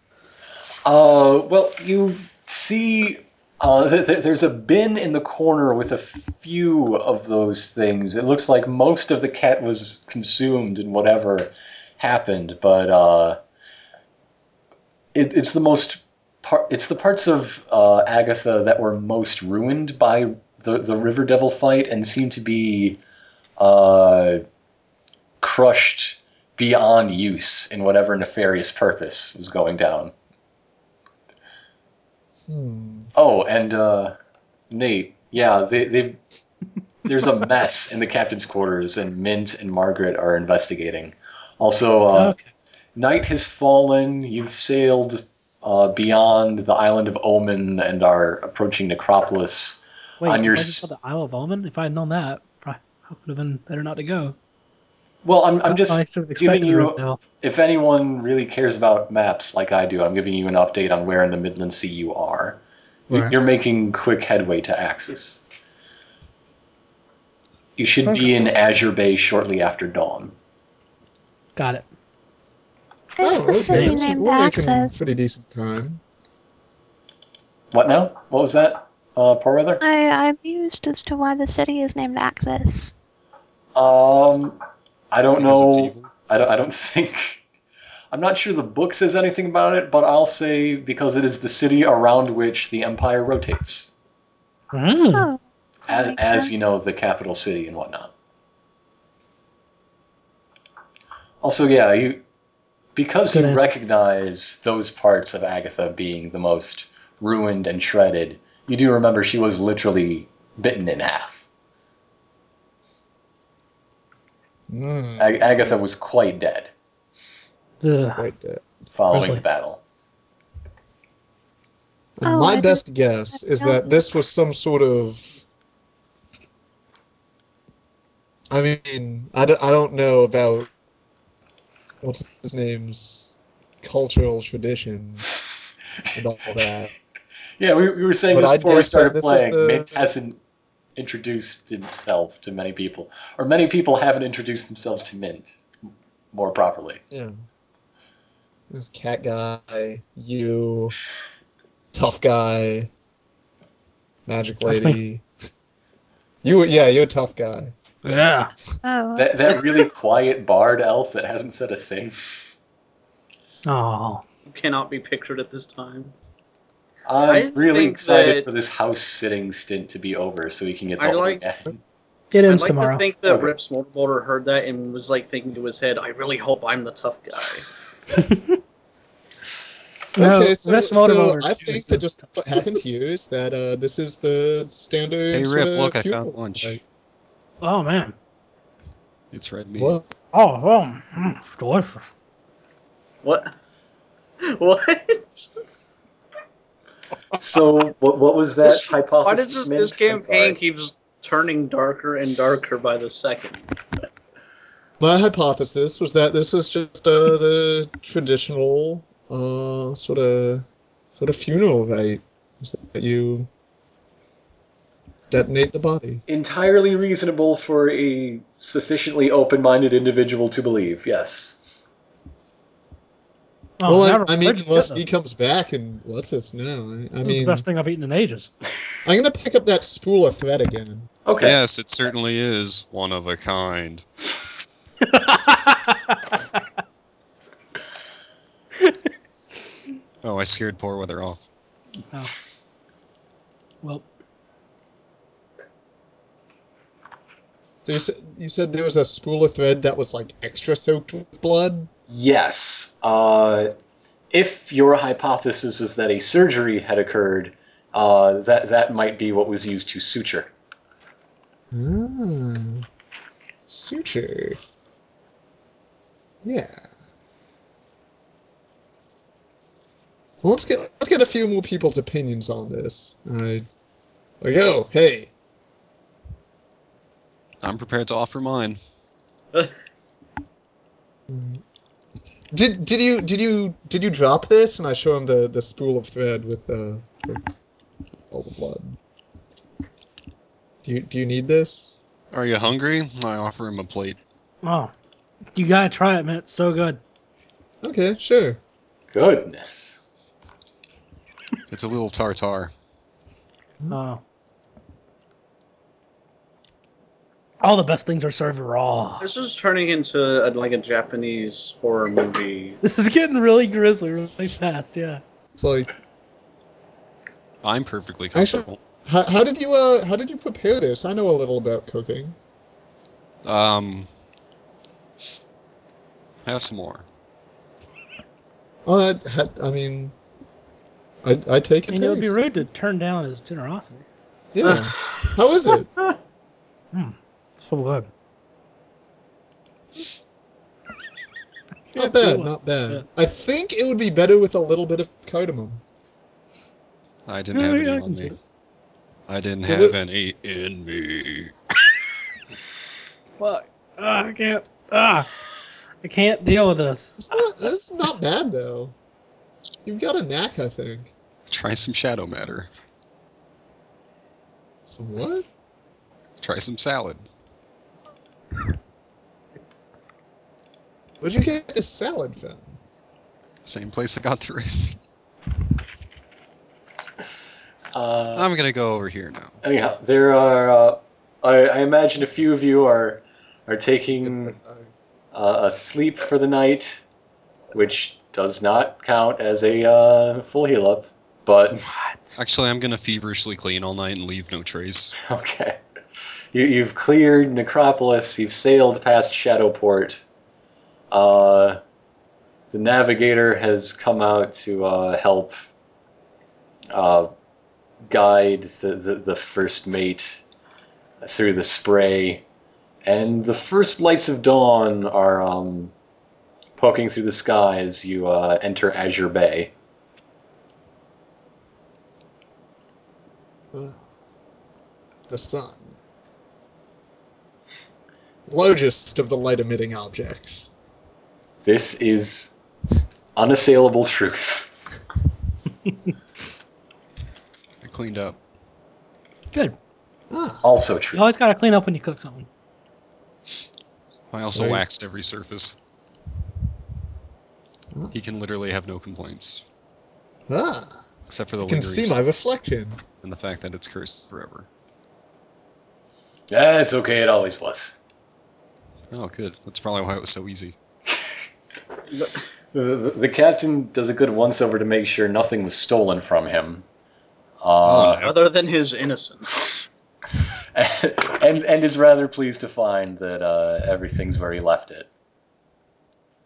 [SPEAKER 1] Uh, well, you see, uh, th- th- there's a bin in the corner with a few of those things. It looks like most of the cat was consumed in whatever happened, but uh, it, it's the most part. It's the parts of uh, Agatha that were most ruined by the the River Devil fight and seem to be uh, crushed beyond use in whatever nefarious purpose was going down.
[SPEAKER 3] Hmm.
[SPEAKER 1] Oh, and uh, Nate, yeah, they, they've there's a mess in the captain's quarters, and Mint and Margaret are investigating. Also, uh,
[SPEAKER 2] Okay.
[SPEAKER 1] night has fallen. You've sailed uh, beyond the island of Omen and are approaching Necropolis.
[SPEAKER 2] Wait,
[SPEAKER 1] on your
[SPEAKER 2] if I
[SPEAKER 1] s-
[SPEAKER 2] just saw the Isle of Omen. If I had known that, probably, I would have been better not to go.
[SPEAKER 1] Well, I'm, I'm just
[SPEAKER 2] I should have
[SPEAKER 1] giving
[SPEAKER 2] expected
[SPEAKER 1] you.
[SPEAKER 2] you... now.
[SPEAKER 1] If anyone really cares about maps like I do, I'm giving you an update on where in the Midland Sea you are. You-
[SPEAKER 2] Right.
[SPEAKER 1] You're making quick headway to Axis. You should be in Azure Bay shortly after dawn.
[SPEAKER 2] Got it.
[SPEAKER 5] It's
[SPEAKER 3] Oh,
[SPEAKER 5] the city
[SPEAKER 3] that's-
[SPEAKER 5] named
[SPEAKER 3] we're making
[SPEAKER 5] Axis.
[SPEAKER 3] pretty decent time.
[SPEAKER 1] What now? What was that, uh, Poorweather?
[SPEAKER 5] I, I'm amused as to why the city is named Axis.
[SPEAKER 1] Um, I don't
[SPEAKER 6] Because it's
[SPEAKER 1] know.
[SPEAKER 6] evil.
[SPEAKER 1] I don't, I don't think. I'm not sure the book says anything about it, but I'll say because it is the city around which the empire rotates,
[SPEAKER 2] Mm.
[SPEAKER 5] Oh, that
[SPEAKER 1] as,
[SPEAKER 5] makes
[SPEAKER 1] as
[SPEAKER 5] sense.
[SPEAKER 1] you know, the capital city and whatnot. Also, yeah, you because
[SPEAKER 2] Good
[SPEAKER 1] you
[SPEAKER 2] answer.
[SPEAKER 1] recognize those parts of Agatha being the most ruined and shredded, you do remember she was literally bitten in half.
[SPEAKER 3] Mm,
[SPEAKER 5] Uh,
[SPEAKER 1] Ag- Agatha was quite dead
[SPEAKER 2] Ugh.
[SPEAKER 3] like that.
[SPEAKER 1] following
[SPEAKER 2] Grizzly.
[SPEAKER 1] the battle.
[SPEAKER 5] Oh, I
[SPEAKER 3] My
[SPEAKER 5] didn't-
[SPEAKER 3] best guess is that this was some sort of. I mean, I, d- I don't know about what's his name's cultural traditions and all that.
[SPEAKER 1] Yeah, we, we were saying
[SPEAKER 3] But
[SPEAKER 1] this
[SPEAKER 3] I'd
[SPEAKER 1] before we
[SPEAKER 3] guess that
[SPEAKER 1] started
[SPEAKER 3] this is
[SPEAKER 1] playing.
[SPEAKER 3] the-
[SPEAKER 1] Mint hasn't introduced himself to many people, or many people haven't introduced themselves to Mint more properly.
[SPEAKER 3] Yeah. There's cat guy, you, tough guy, magic
[SPEAKER 2] That's me.
[SPEAKER 3] lady. You, yeah, you're a tough guy.
[SPEAKER 2] Yeah.
[SPEAKER 5] Oh,
[SPEAKER 1] That that really quiet bard elf that hasn't said a thing.
[SPEAKER 2] Oh.
[SPEAKER 4] Cannot be pictured at this time.
[SPEAKER 1] I'm
[SPEAKER 4] I
[SPEAKER 1] really
[SPEAKER 4] think
[SPEAKER 1] excited
[SPEAKER 4] that-
[SPEAKER 1] for this house sitting stint to be over so we can get the
[SPEAKER 4] I
[SPEAKER 1] whole
[SPEAKER 4] like-
[SPEAKER 1] gang.
[SPEAKER 2] It
[SPEAKER 4] I
[SPEAKER 2] ends
[SPEAKER 4] like
[SPEAKER 2] tomorrow.
[SPEAKER 4] to think that
[SPEAKER 1] Okay.
[SPEAKER 4] Rip Smolder heard that and was like thinking to his head, "I really hope I'm the tough guy."
[SPEAKER 2] No,
[SPEAKER 3] okay, so,
[SPEAKER 2] Miss
[SPEAKER 3] so
[SPEAKER 2] Voldemort
[SPEAKER 3] I
[SPEAKER 2] is
[SPEAKER 3] think that
[SPEAKER 2] the
[SPEAKER 3] just
[SPEAKER 2] tough
[SPEAKER 3] what happened here is that uh, this is the standard. uh,
[SPEAKER 6] Hey,
[SPEAKER 3] sort
[SPEAKER 6] Rip,
[SPEAKER 3] of
[SPEAKER 6] look, I
[SPEAKER 3] funeral.
[SPEAKER 6] found lunch.
[SPEAKER 3] Like,
[SPEAKER 2] Oh man.
[SPEAKER 6] It's red meat.
[SPEAKER 3] what?
[SPEAKER 2] Oh, oh, mm, it's delicious.
[SPEAKER 4] What? What?
[SPEAKER 1] So what what was that
[SPEAKER 4] This- Why
[SPEAKER 1] hypothesis?
[SPEAKER 4] does this,
[SPEAKER 1] Mint?
[SPEAKER 4] this
[SPEAKER 1] I'm sorry.
[SPEAKER 4] campaign keeps turning darker and darker by the second?
[SPEAKER 3] My hypothesis was that this is just uh, the traditional uh, sort of sort of funeral rite. Is that you detonate the body?
[SPEAKER 1] Entirely reasonable for a sufficiently open-minded individual to believe. Yes.
[SPEAKER 2] Oh,
[SPEAKER 3] well,
[SPEAKER 2] never
[SPEAKER 3] I, I mean,
[SPEAKER 2] mind.
[SPEAKER 3] unless
[SPEAKER 2] That
[SPEAKER 3] he comes back and lets us know. I, I
[SPEAKER 2] was
[SPEAKER 3] mean,
[SPEAKER 2] the best thing I've eaten in ages.
[SPEAKER 3] I'm gonna pick up that spool of thread again.
[SPEAKER 1] Okay.
[SPEAKER 6] Yes, it certainly is one of a kind. Oh, I scared poor weather off.
[SPEAKER 2] Oh. Well,
[SPEAKER 3] So you, said, you said there was a spool of thread that was like extra soaked with blood.
[SPEAKER 1] Yes. Uh, if your hypothesis was that a surgery had occurred, uh, that that might be what was used to suture.
[SPEAKER 3] Ah, suture. Yeah. Well, let's get let's get a few more people's opinions on this. I, like, oh, hey,
[SPEAKER 6] I'm prepared to offer mine.
[SPEAKER 3] did did you did you did you drop this? And I show him the the spool of thread with the, the all the blood. Do you do you need this?
[SPEAKER 6] Are you hungry? I offer him a plate.
[SPEAKER 2] oh, you gotta try it, man. It's so good.
[SPEAKER 3] Okay, sure.
[SPEAKER 1] Goodness.
[SPEAKER 6] It's a little tartar.
[SPEAKER 3] Hmm?
[SPEAKER 2] Oh. All the best things are served raw.
[SPEAKER 4] This is turning into a, like a Japanese horror movie.
[SPEAKER 2] This is getting really grisly really fast, yeah.
[SPEAKER 3] It's like,
[SPEAKER 6] I'm perfectly
[SPEAKER 3] Actually-
[SPEAKER 6] comfortable.
[SPEAKER 3] how, how did you uh how did you prepare this? I know a little about cooking.
[SPEAKER 6] Um, have some more.
[SPEAKER 3] Oh, that, ha- I mean, I I take it.
[SPEAKER 2] And it would be
[SPEAKER 3] taste.
[SPEAKER 2] rude to turn down his generosity.
[SPEAKER 3] Yeah. How is it?
[SPEAKER 2] So good.
[SPEAKER 3] Not
[SPEAKER 2] Yeah,
[SPEAKER 3] bad,
[SPEAKER 2] cool.
[SPEAKER 3] not bad.
[SPEAKER 2] Yeah.
[SPEAKER 3] I think it would be better with a little bit of cardamom.
[SPEAKER 6] I didn't
[SPEAKER 2] Yeah,
[SPEAKER 6] have
[SPEAKER 2] yeah, I
[SPEAKER 6] any
[SPEAKER 2] can
[SPEAKER 6] on me.
[SPEAKER 2] do
[SPEAKER 6] I didn't
[SPEAKER 3] Well,
[SPEAKER 6] have
[SPEAKER 3] what-
[SPEAKER 6] any in me.
[SPEAKER 2] Fuck. Ah, I can't. Ah, I can't deal with this.
[SPEAKER 3] It's not, that's not bad though. You've got a knack, I think.
[SPEAKER 6] Try some shadow matter.
[SPEAKER 3] Some what?
[SPEAKER 6] Try some salad.
[SPEAKER 3] Where'd you get this salad from?
[SPEAKER 6] Same place I got the rest.
[SPEAKER 1] Uh,
[SPEAKER 6] I'm gonna go over here now.
[SPEAKER 1] anyhow, there are. Uh, I, I imagine a few of Mm. you are are taking uh, a sleep for the night, which does not count as a uh, full heal up. But
[SPEAKER 6] Actually, I'm gonna feverishly clean all night and leave no trace.
[SPEAKER 1] okay, you, you've cleared Necropolis. You've sailed past Shadowport. Uh, the navigator has come out to uh, help uh, guide the, the, the first mate through the spray, and the first lights of dawn are um, poking through the sky as you uh, enter Azure Bay.
[SPEAKER 3] Uh, The sun. Largest of the light emitting objects.
[SPEAKER 1] This is unassailable truth.
[SPEAKER 6] I cleaned up.
[SPEAKER 2] Good.
[SPEAKER 3] Ah,
[SPEAKER 1] Also
[SPEAKER 2] You
[SPEAKER 1] true.
[SPEAKER 2] always got to clean up when you cook something.
[SPEAKER 6] I also
[SPEAKER 3] Right.
[SPEAKER 6] waxed every surface.
[SPEAKER 3] Hmm.
[SPEAKER 6] He can literally have no complaints,
[SPEAKER 3] ah.
[SPEAKER 6] except for the
[SPEAKER 3] You can
[SPEAKER 6] lingering
[SPEAKER 3] see my
[SPEAKER 6] smell
[SPEAKER 3] reflection.
[SPEAKER 6] and the fact that it's cursed forever.
[SPEAKER 1] Yeah, it's okay. It always was.
[SPEAKER 6] Oh, good. That's probably why it was so easy.
[SPEAKER 1] The, the, the captain does a good once over to make sure nothing was stolen from him. Uh,
[SPEAKER 4] Other than his innocence.
[SPEAKER 1] and and is rather pleased to find that uh, everything's where he left it.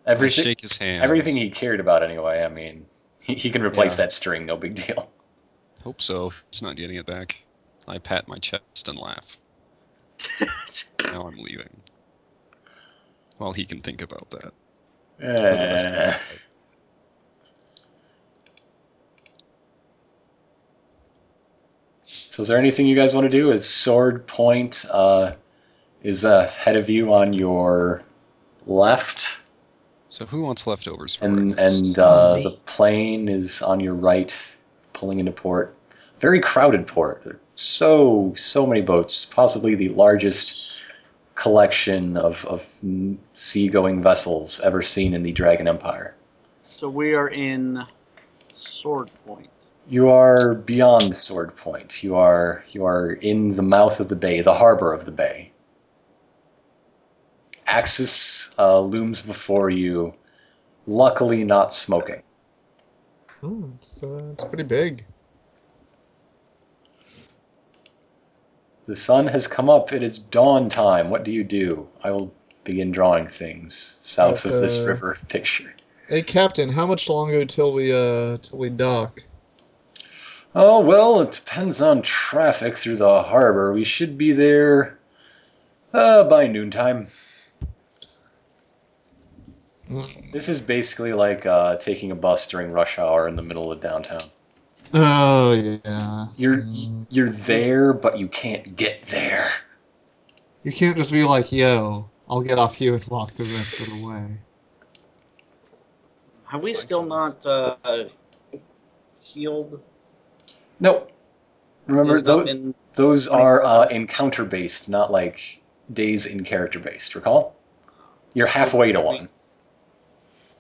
[SPEAKER 6] I
[SPEAKER 1] Everything,
[SPEAKER 6] shake his hand.
[SPEAKER 1] everything he cared about, anyway. I mean, he, he can replace
[SPEAKER 6] Yeah.
[SPEAKER 1] that string, no big deal.
[SPEAKER 6] Hope so. He's not getting it back. I pat my chest and laugh. Now I'm leaving. Well, he can think about that for the rest of his
[SPEAKER 1] Eh.
[SPEAKER 6] life.
[SPEAKER 1] So, is there anything you guys want to do? Is Sword Point uh, is uh, ahead of you on your left,
[SPEAKER 6] So who wants leftovers for
[SPEAKER 1] and
[SPEAKER 6] breakfast?
[SPEAKER 1] and uh,
[SPEAKER 2] me.
[SPEAKER 1] the plane is on your right, pulling into port. Very crowded port. There are so so many boats. Possibly the largest collection of of n- sea-going vessels ever seen in the Dragon Empire.
[SPEAKER 4] So we are in Sword Point.
[SPEAKER 1] You are beyond Sword Point. You are you are in the mouth of the bay, the harbor of the bay. Axis uh, looms before you, luckily not smoking.
[SPEAKER 3] Oh, it's, uh, it's pretty big.
[SPEAKER 1] The sun has come up. It is dawn time. What do you do? I will begin drawing things south
[SPEAKER 3] Yes,
[SPEAKER 1] of this
[SPEAKER 3] uh,
[SPEAKER 1] river picture.
[SPEAKER 3] Hey, Captain, how much longer till we uh till we dock?
[SPEAKER 1] Oh, well, it depends on traffic through the harbor. We should be there uh, by noontime.
[SPEAKER 3] Mm.
[SPEAKER 1] This is basically like uh, taking a bus during rush hour in the middle of downtown.
[SPEAKER 3] Oh yeah.
[SPEAKER 1] You're
[SPEAKER 3] Mm.
[SPEAKER 1] you're there, but you can't get there.
[SPEAKER 3] You can't just be like, yo, I'll get off you and walk the rest of the way.
[SPEAKER 4] Have we still not uh, healed?
[SPEAKER 1] No, remember
[SPEAKER 4] There's not
[SPEAKER 1] those
[SPEAKER 4] been-
[SPEAKER 1] those are uh, encounter based, not like days in character based. Recall? You're halfway to one.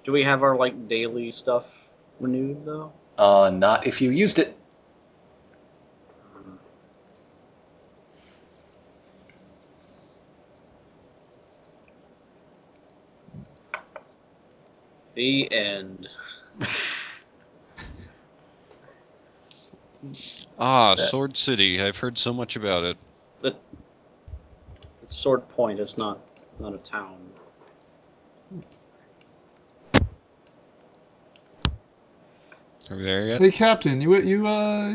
[SPEAKER 4] do we have our like daily stuff renewed though?
[SPEAKER 1] Uh, not if you used it.
[SPEAKER 4] The end.
[SPEAKER 6] Ah, Sword City. I've heard so much about it.
[SPEAKER 4] The it's Sword Point is not not a town.
[SPEAKER 6] Are we there yet?
[SPEAKER 3] Hey, Captain, you you uh,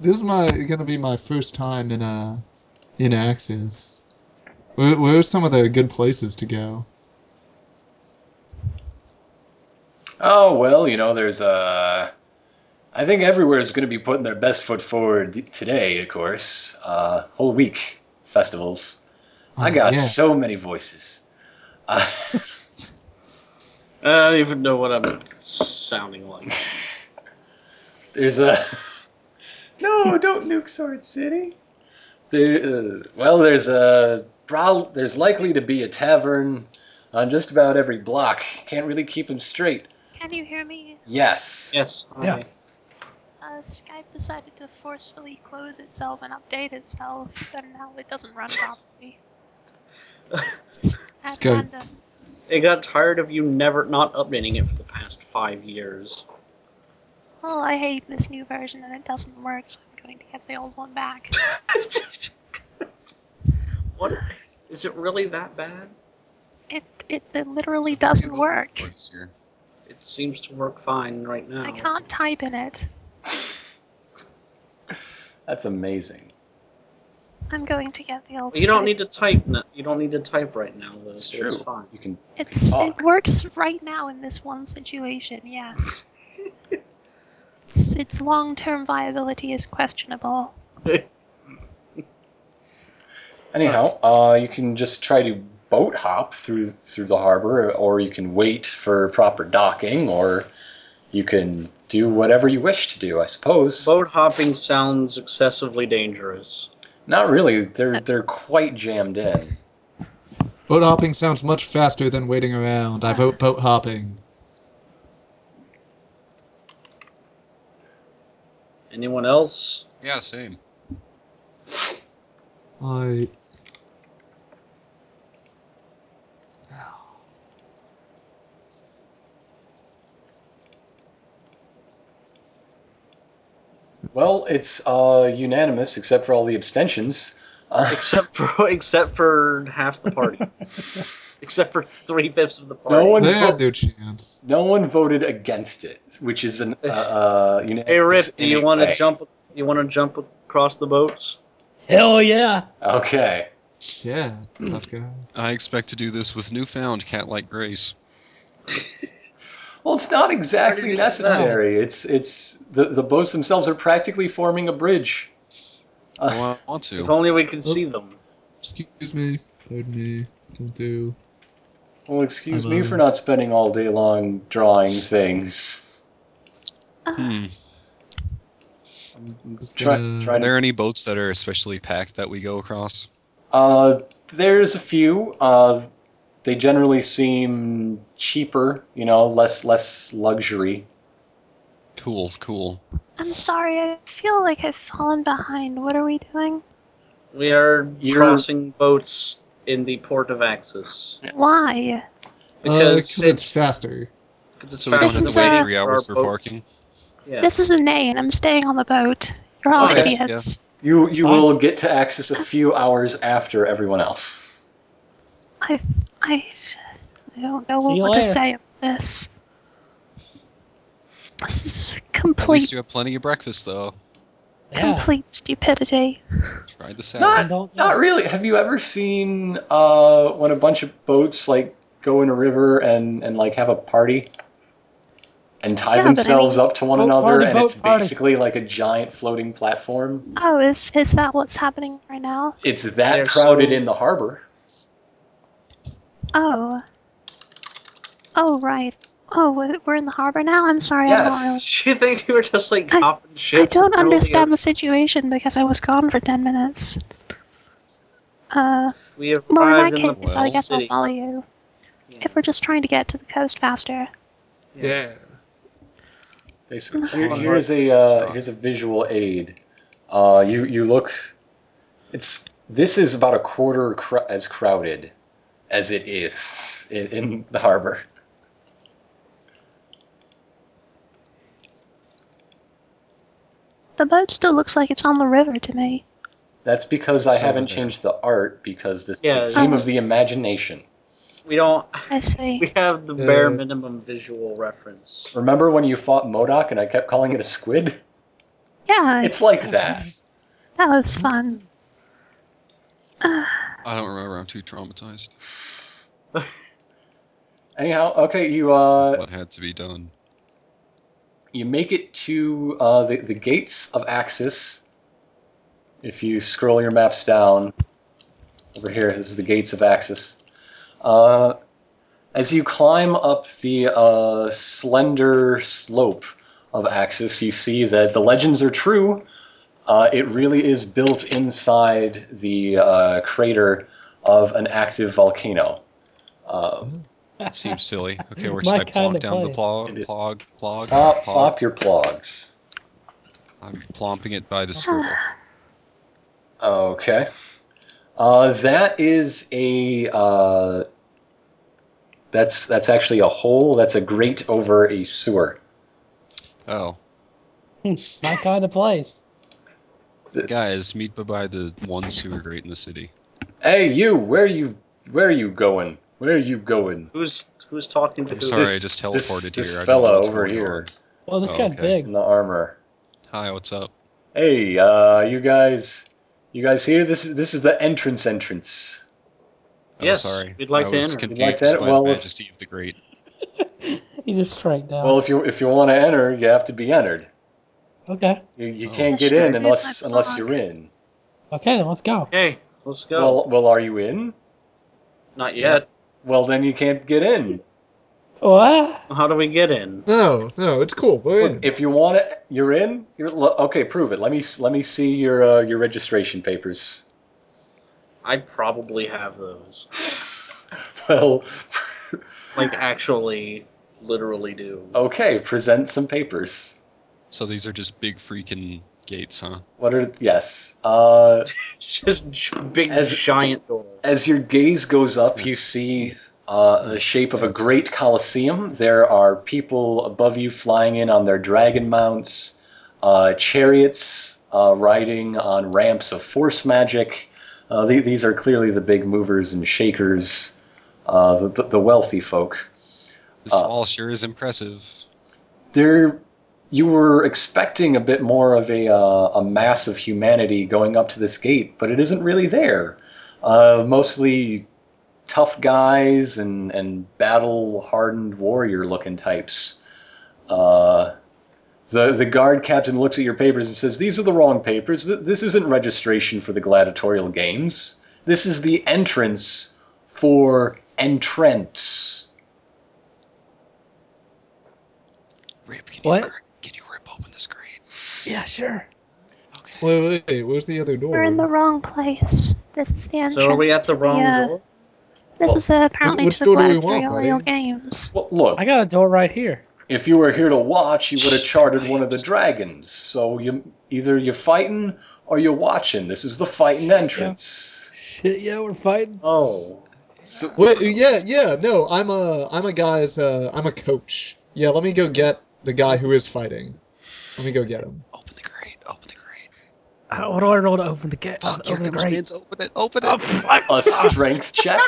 [SPEAKER 3] this is my gonna be my first time in uh, in Axis. Where, where are some of the good places to go?
[SPEAKER 1] Oh well, you know, there's Uh, I think everywhere is going to be putting their best foot forward today. Of course, uh, whole week festivals. I
[SPEAKER 3] Oh,
[SPEAKER 1] got
[SPEAKER 3] yeah.
[SPEAKER 1] so many voices. Uh,
[SPEAKER 4] I don't even know what I'm sounding like.
[SPEAKER 1] There's a. no, don't nuke Sword City. There, uh, well, there's a. prob- There's likely to be a tavern on just about every block. Can't really keep them straight.
[SPEAKER 5] Can you hear me?
[SPEAKER 1] Yes.
[SPEAKER 4] Yes. I-
[SPEAKER 2] Yeah.
[SPEAKER 5] Uh, Skype decided to forcefully close itself and update itself, and now it doesn't run properly. At
[SPEAKER 3] Skype.
[SPEAKER 5] random.
[SPEAKER 4] It got tired of you never not updating it for the five years.
[SPEAKER 5] Oh, I hate this new version and it doesn't work, so I'm going to get the old one back.
[SPEAKER 4] What is it really that bad?
[SPEAKER 5] It it, it literally
[SPEAKER 6] So what do you
[SPEAKER 5] doesn't
[SPEAKER 6] hope
[SPEAKER 5] work.
[SPEAKER 6] for this year?
[SPEAKER 4] It seems to work fine right now.
[SPEAKER 5] I can't type in it.
[SPEAKER 1] That's amazing.
[SPEAKER 5] I'm going to get the old.
[SPEAKER 4] You don't
[SPEAKER 5] site.
[SPEAKER 4] need to type. No, you don't need to type right now, though.
[SPEAKER 1] It's
[SPEAKER 4] so
[SPEAKER 1] true.
[SPEAKER 4] It's fine.
[SPEAKER 1] You can. Ah,
[SPEAKER 5] It's
[SPEAKER 1] talk.
[SPEAKER 5] it works right now in this one situation. Yes. its its long term viability is questionable.
[SPEAKER 1] Anyhow, uh, you can just try to boat hop through through the harbor, or you can wait for proper docking, or you can do whatever you wish to do. I suppose.
[SPEAKER 4] Boat hopping sounds excessively dangerous.
[SPEAKER 1] Not really. They're they're quite jammed in.
[SPEAKER 3] Boat hopping sounds much faster than waiting around. I vote boat hopping.
[SPEAKER 4] Anyone else?
[SPEAKER 6] Yeah, same.
[SPEAKER 3] I.
[SPEAKER 1] Well, it's uh, unanimous except for all the abstentions. Uh,
[SPEAKER 4] Except for except for half the party. except for three fifths of the party.
[SPEAKER 1] No one-
[SPEAKER 3] They had their chance.
[SPEAKER 1] no one voted against it, which is an uh, uh, unanimous.
[SPEAKER 4] Hey Rip, do
[SPEAKER 1] in
[SPEAKER 4] you
[SPEAKER 1] a
[SPEAKER 4] want to
[SPEAKER 1] way.
[SPEAKER 4] jump? You want to jump across the boats?
[SPEAKER 2] Hell yeah.
[SPEAKER 1] Okay.
[SPEAKER 3] Yeah, tough guy.
[SPEAKER 6] I expect to do this with newfound cat-like grace.
[SPEAKER 1] Well, it's not exactly
[SPEAKER 4] you just
[SPEAKER 1] necessary. It's it's the the boats themselves are practically forming a bridge. Uh.
[SPEAKER 6] Oh, I want
[SPEAKER 4] If
[SPEAKER 6] to.
[SPEAKER 4] only we could see them.
[SPEAKER 3] Excuse me. Pardon me. Don't do.
[SPEAKER 1] Well, excuse
[SPEAKER 3] I'm,
[SPEAKER 1] me
[SPEAKER 3] uh,
[SPEAKER 1] for not spending all day long drawing things.
[SPEAKER 6] Hmm.
[SPEAKER 3] Just
[SPEAKER 1] Try,
[SPEAKER 3] gonna-
[SPEAKER 1] try
[SPEAKER 6] Are
[SPEAKER 1] to,
[SPEAKER 6] there any boats that are especially packed that we go across?
[SPEAKER 1] uh, there's a few. Uh, they generally seem cheaper, you know, less less luxury.
[SPEAKER 6] Cool, cool.
[SPEAKER 5] I'm sorry. I feel like I've fallen behind. What are we doing?
[SPEAKER 4] We are
[SPEAKER 1] You're-
[SPEAKER 4] crossing boats in the port of Axis
[SPEAKER 5] Why?
[SPEAKER 3] Uh,
[SPEAKER 4] because
[SPEAKER 3] it's,
[SPEAKER 4] it's,
[SPEAKER 3] faster.
[SPEAKER 4] because it's
[SPEAKER 6] So we don't
[SPEAKER 4] faster
[SPEAKER 6] have
[SPEAKER 5] This
[SPEAKER 6] to
[SPEAKER 5] is,
[SPEAKER 4] than
[SPEAKER 6] wait
[SPEAKER 5] uh,
[SPEAKER 6] three hours
[SPEAKER 4] our
[SPEAKER 6] for
[SPEAKER 4] boat.
[SPEAKER 6] parking.
[SPEAKER 4] Yeah.
[SPEAKER 5] This is a name. I'm staying on the boat. You're all
[SPEAKER 6] Oh, yes,
[SPEAKER 5] idiots.
[SPEAKER 1] You you
[SPEAKER 2] Fine.
[SPEAKER 1] will get to access a few hours after everyone else.
[SPEAKER 5] I I just I don't know
[SPEAKER 2] See you
[SPEAKER 5] what to
[SPEAKER 2] later.
[SPEAKER 5] say of this. This is
[SPEAKER 6] At least
[SPEAKER 5] complete
[SPEAKER 6] you have plenty of breakfast, though.
[SPEAKER 2] Yeah.
[SPEAKER 5] complete stupidity.
[SPEAKER 6] Try the salad.
[SPEAKER 2] I
[SPEAKER 1] Not
[SPEAKER 2] don't
[SPEAKER 1] not
[SPEAKER 2] know.
[SPEAKER 1] really. Have you ever seen uh, when a bunch of boats like go in a river and and like have a party and tie
[SPEAKER 5] Yeah, but I
[SPEAKER 1] themselves
[SPEAKER 5] mean-
[SPEAKER 1] up to one
[SPEAKER 2] Boat
[SPEAKER 1] another,
[SPEAKER 2] party,
[SPEAKER 1] and
[SPEAKER 2] boat
[SPEAKER 1] it's
[SPEAKER 2] party.
[SPEAKER 1] basically like a giant floating platform.
[SPEAKER 5] Oh, is is that what's happening right now?
[SPEAKER 1] It's that
[SPEAKER 4] They're
[SPEAKER 1] crowded
[SPEAKER 4] so-
[SPEAKER 1] in the harbor.
[SPEAKER 5] Oh. Oh right. Oh, we- we're in the harbor now. I'm sorry. I'm not really.
[SPEAKER 1] Yes.
[SPEAKER 4] She think you were just like
[SPEAKER 5] I-
[SPEAKER 4] hopping
[SPEAKER 5] I
[SPEAKER 4] ships.
[SPEAKER 5] don't
[SPEAKER 4] earlier.
[SPEAKER 5] understand the situation because I was gone for ten minutes. Uh,
[SPEAKER 4] We arrived
[SPEAKER 5] well, in that
[SPEAKER 4] in the
[SPEAKER 5] case, I
[SPEAKER 6] Well,
[SPEAKER 5] guess I'll
[SPEAKER 4] city.
[SPEAKER 5] follow you.
[SPEAKER 4] Yeah.
[SPEAKER 5] If we're just trying to get to the coast faster.
[SPEAKER 3] Yeah.
[SPEAKER 1] Basically,
[SPEAKER 4] Mhm.
[SPEAKER 1] here, here's a uh, here's a visual aid. Uh, you you look. It's this is about a quarter cr- as crowded as it is in, in the harbor.
[SPEAKER 5] The boat still looks like it's on the river to me.
[SPEAKER 1] That's because
[SPEAKER 6] It's
[SPEAKER 1] I haven't
[SPEAKER 6] over there.
[SPEAKER 1] changed the art because this
[SPEAKER 4] Yeah,
[SPEAKER 1] is the game
[SPEAKER 5] it's-
[SPEAKER 1] of the imagination.
[SPEAKER 4] We don't.
[SPEAKER 5] I see.
[SPEAKER 4] We have the bare
[SPEAKER 3] Uh,
[SPEAKER 4] minimum visual reference.
[SPEAKER 1] Remember when you fought Modoc and I kept calling it a squid?
[SPEAKER 5] Yeah,
[SPEAKER 1] It's like that.
[SPEAKER 5] that was fun.
[SPEAKER 6] I don't remember. I'm too traumatized.
[SPEAKER 1] Anyhow, okay, you
[SPEAKER 6] with
[SPEAKER 1] uh
[SPEAKER 6] what had to be done?
[SPEAKER 1] you make it to uh, the the gates of Axis. If you scroll your maps down, over here this is the gates of Axis. Uh, as you climb up the uh, slender slope of Axis, you see that the legends are true. Uh, it really is built inside the uh, crater of an active volcano. Uh,
[SPEAKER 6] Seems silly. Okay, where
[SPEAKER 2] My
[SPEAKER 6] should I
[SPEAKER 2] kinda
[SPEAKER 6] plonk down the
[SPEAKER 2] place.
[SPEAKER 6] plog?
[SPEAKER 1] It-
[SPEAKER 6] Plog?
[SPEAKER 1] plop,
[SPEAKER 6] Plog? Plog?
[SPEAKER 1] plop your plogs.
[SPEAKER 6] I'm plomping it by the squirrel.
[SPEAKER 1] Okay. Uh, that is a uh, That's that's actually a hole. That's a grate over a sewer.
[SPEAKER 6] Oh,
[SPEAKER 2] My kind of place.
[SPEAKER 6] guys, meet by the one sewer grate in the city.
[SPEAKER 1] Hey, you! Where are you? Where are you going? Where are you going?
[SPEAKER 4] Who's who's talking to
[SPEAKER 6] I'm
[SPEAKER 4] who?
[SPEAKER 6] sorry, I
[SPEAKER 1] This-
[SPEAKER 6] just
[SPEAKER 1] this-
[SPEAKER 6] teleported
[SPEAKER 1] this
[SPEAKER 6] here. I don't
[SPEAKER 1] fella
[SPEAKER 6] know what's
[SPEAKER 1] over
[SPEAKER 6] going
[SPEAKER 1] here.
[SPEAKER 2] Well, this
[SPEAKER 6] Oh,
[SPEAKER 2] guy's
[SPEAKER 6] okay.
[SPEAKER 2] big.
[SPEAKER 1] In the armor.
[SPEAKER 6] on. Hi, what's up?
[SPEAKER 1] Hey, uh, you guys, you guys here? This is this is the entrance entrance.
[SPEAKER 6] Oh,
[SPEAKER 4] Yes,
[SPEAKER 6] sorry.
[SPEAKER 4] we'd like
[SPEAKER 6] I
[SPEAKER 4] to
[SPEAKER 6] was
[SPEAKER 4] enter.
[SPEAKER 1] We'd
[SPEAKER 6] confused
[SPEAKER 1] like to enter.
[SPEAKER 6] by
[SPEAKER 1] Well,
[SPEAKER 6] the
[SPEAKER 1] if-
[SPEAKER 6] majesty of the great.
[SPEAKER 2] He just shrank down.
[SPEAKER 1] Well, if you if you want to enter, you have to be entered.
[SPEAKER 2] okay.
[SPEAKER 1] You, you
[SPEAKER 6] Oh,
[SPEAKER 1] can't get
[SPEAKER 5] sure.
[SPEAKER 1] in unless
[SPEAKER 5] That's
[SPEAKER 1] unless
[SPEAKER 5] fine.
[SPEAKER 1] you're in.
[SPEAKER 2] Okay, then let's go.
[SPEAKER 4] Hey, let's go.
[SPEAKER 1] Well, well, are you in?
[SPEAKER 4] Not yet.
[SPEAKER 1] Well, then you can't get in.
[SPEAKER 2] What?
[SPEAKER 4] How do we get in?
[SPEAKER 3] No, no, it's cool. We're in.
[SPEAKER 1] If you want to, you're in. You're lo- okay. Prove it. Let me s- let me see your uh, your registration papers.
[SPEAKER 4] I probably have those.
[SPEAKER 1] Well,
[SPEAKER 4] Like actually, literally do.
[SPEAKER 1] okay. Present some papers.
[SPEAKER 6] So these are just big freaking gates, huh?
[SPEAKER 1] What are yes? Uh,
[SPEAKER 4] It's just j- big
[SPEAKER 1] As-
[SPEAKER 4] giant door.
[SPEAKER 1] As your gaze goes up, you see uh, the shape of a
[SPEAKER 6] Yes.
[SPEAKER 1] great coliseum. There are people above you flying in on their dragon mounts, uh, chariots uh, riding on ramps of force magic. Uh, the- these are clearly the big movers and shakers, uh, the, the wealthy folk.
[SPEAKER 6] This
[SPEAKER 1] Uh,
[SPEAKER 6] all sure is impressive.
[SPEAKER 1] There, you were expecting a bit more of a, uh, a mass of humanity going up to this gate, but it isn't really there. Uh, mostly tough guys and, and battle hardened warrior looking types. Uh, the, the guard captain looks at your papers and says, These are the wrong papers. Th- this isn't registration for the gladiatorial games. This is the entrance for entrance.
[SPEAKER 6] Rip, can
[SPEAKER 2] What?
[SPEAKER 6] You, gr- can you rip open this grate?
[SPEAKER 2] Yeah, sure.
[SPEAKER 6] Okay.
[SPEAKER 3] Wait, wait, wait, where's the other door?
[SPEAKER 5] We're in the wrong place. This is the entrance.
[SPEAKER 4] Oh. So are we at
[SPEAKER 5] to
[SPEAKER 4] the wrong
[SPEAKER 5] uh,
[SPEAKER 4] door?
[SPEAKER 5] This
[SPEAKER 1] Well,
[SPEAKER 5] is uh, apparently
[SPEAKER 3] which
[SPEAKER 5] to the
[SPEAKER 3] door do we want,
[SPEAKER 5] gladiatorial
[SPEAKER 3] buddy?
[SPEAKER 5] games.
[SPEAKER 1] Well, look.
[SPEAKER 2] I got a door right here.
[SPEAKER 1] if you were here to watch, you would have charted one of the dragons. So you either you're fighting or you're watching. This is the fighting entrance.
[SPEAKER 2] Shit, yeah, we're fighting.
[SPEAKER 4] Oh,
[SPEAKER 1] So,
[SPEAKER 3] Wait, yeah, yeah, no, I'm a, I'm a guy's, uh, I'm a coach. Yeah, let me go get the guy who is fighting. Let me go get him.
[SPEAKER 6] Open the grate. Open the grate.
[SPEAKER 2] Uh, What do I roll to open the gate?
[SPEAKER 6] Fuck, here
[SPEAKER 2] open the
[SPEAKER 6] comes
[SPEAKER 2] grate.
[SPEAKER 6] Minz. Open it. Open it.
[SPEAKER 2] Oh, fuck.
[SPEAKER 1] a strength check.